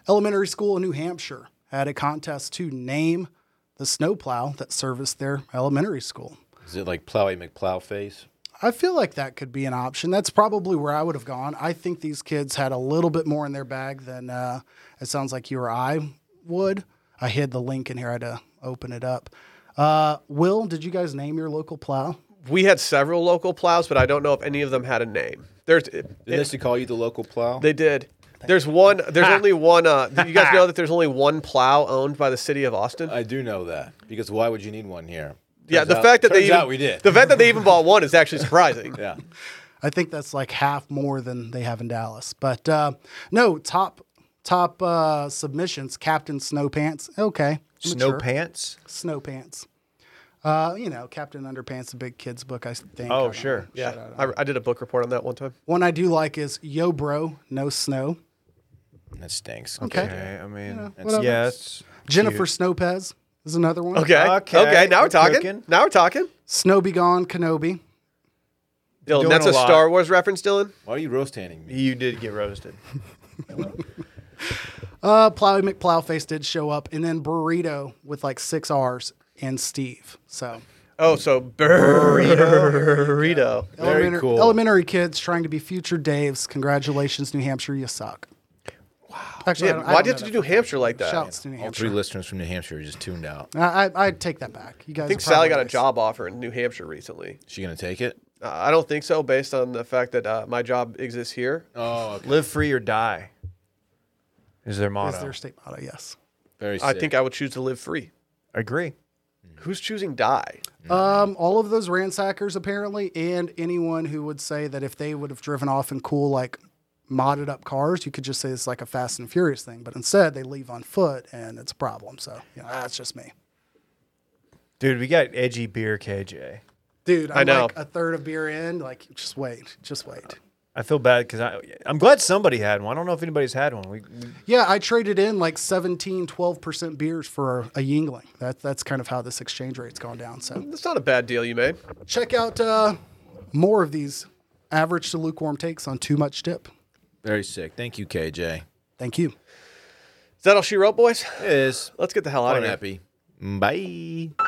Speaker 4: elementary school in New Hampshire had a contest to name the snowplow that serviced their elementary school.
Speaker 3: Is it like Plowy McPlowface?
Speaker 4: I feel like that could be an option. That's probably where I would have gone. I think these kids had a little bit more in their bag than uh, it sounds like you or I would. I hid the link in here. I had to open it up. Uh, Will, did you guys name your local plow?
Speaker 1: We had several local plows, but I don't know if any of them had a name. There's
Speaker 3: Did this to call you the local plow?
Speaker 1: They did. There's one. There's only one. Uh, you guys know that there's only one plow owned by the city of Austin.
Speaker 3: I do know that because why would you need one here?
Speaker 1: yeah,
Speaker 3: Uh, Turns
Speaker 1: the
Speaker 3: out-
Speaker 1: fact that they
Speaker 3: turns
Speaker 1: even,
Speaker 3: out we did.
Speaker 1: the fact that they even bought one is actually surprising.
Speaker 3: yeah,
Speaker 4: I think that's like half more than they have in Dallas. But uh, no, top top uh, submissions. Captain Snowpants. Okay,
Speaker 2: Snow
Speaker 4: mature.
Speaker 2: pants?
Speaker 4: Snowpants. Uh, you know, Captain Underpants, a big kid's book, I think. I
Speaker 2: Oh,
Speaker 4: don't
Speaker 2: sure.
Speaker 1: Yeah, I, I did a book report on that one time.
Speaker 4: One I do like is Yo Bro, No Snow.
Speaker 3: that stinks.
Speaker 4: Okay.
Speaker 2: Okay, I mean, it's,
Speaker 4: whatever.
Speaker 2: yeah, it's
Speaker 4: Jennifer Snopez is another one.
Speaker 1: Okay. Okay.
Speaker 2: Okay,
Speaker 1: now we're
Speaker 2: we're
Speaker 1: talking.
Speaker 2: cooking.
Speaker 1: Now we're talking.
Speaker 4: Snow Be Gone, Kenobi.
Speaker 1: Dylan,
Speaker 2: Doing
Speaker 1: that's
Speaker 2: a
Speaker 1: a
Speaker 2: lot.
Speaker 1: Star Wars reference, Dylan.
Speaker 3: Why are you roast handing me?
Speaker 2: You did get roasted.
Speaker 4: Uh, Plowy McPlowface did show up, and then Burrito with like six R's and Steve. So
Speaker 1: Oh, so burrito.
Speaker 3: Very
Speaker 4: elementary,
Speaker 3: cool.
Speaker 4: elementary kids trying to be future Daves. Congratulations, New Hampshire, you suck. Wow. Actually, I
Speaker 1: Yeah,
Speaker 4: don't- I
Speaker 1: why
Speaker 4: don't
Speaker 1: did you
Speaker 4: know
Speaker 1: have to
Speaker 4: that
Speaker 1: do New
Speaker 4: for-
Speaker 1: Hampshire like that?
Speaker 4: Shouts to New
Speaker 3: All
Speaker 4: Hampshire.
Speaker 3: three listeners from New Hampshire just tuned out.
Speaker 4: I, I, I take that back. You guys.
Speaker 1: I think Sally got a job offer in New Hampshire recently.
Speaker 3: She gonna take it?
Speaker 1: Uh, I don't think so, based on the fact that uh, my job exists here.
Speaker 3: Oh, okay.
Speaker 2: Live free or die is their motto.
Speaker 4: Is their state motto? Yes.
Speaker 3: very.
Speaker 1: I think I would choose to live free.
Speaker 2: Agree.
Speaker 1: Who's choosing die?
Speaker 4: Um, all of those ransackers apparently, and anyone who would say that if they would have driven off in cool like modded up cars, you could just say it's like a Fast and Furious thing. But instead, they leave on foot, and it's a problem. So you know, that's just me,
Speaker 2: Dude, we got edgy beer KJ.
Speaker 4: dude. I'm
Speaker 1: I know.
Speaker 4: like a third of beer in. Like, just wait, just wait.
Speaker 2: I feel bad because I I'm glad somebody had one. I don't know if anybody's had one. We, we
Speaker 4: Yeah, I traded in like 17, 12 percent beers for a Yingling. That that's kind of how this exchange rate's gone down. So.
Speaker 1: That's not a bad deal you made.
Speaker 4: check out uh, more of these average to lukewarm takes on too much dip.
Speaker 3: very sick. Thank you, KJ.
Speaker 4: Thank you.
Speaker 1: Is that all she wrote, boys?
Speaker 3: Yes.
Speaker 1: Let's get the hell out
Speaker 3: Quite
Speaker 1: of here.
Speaker 3: happy. Bye.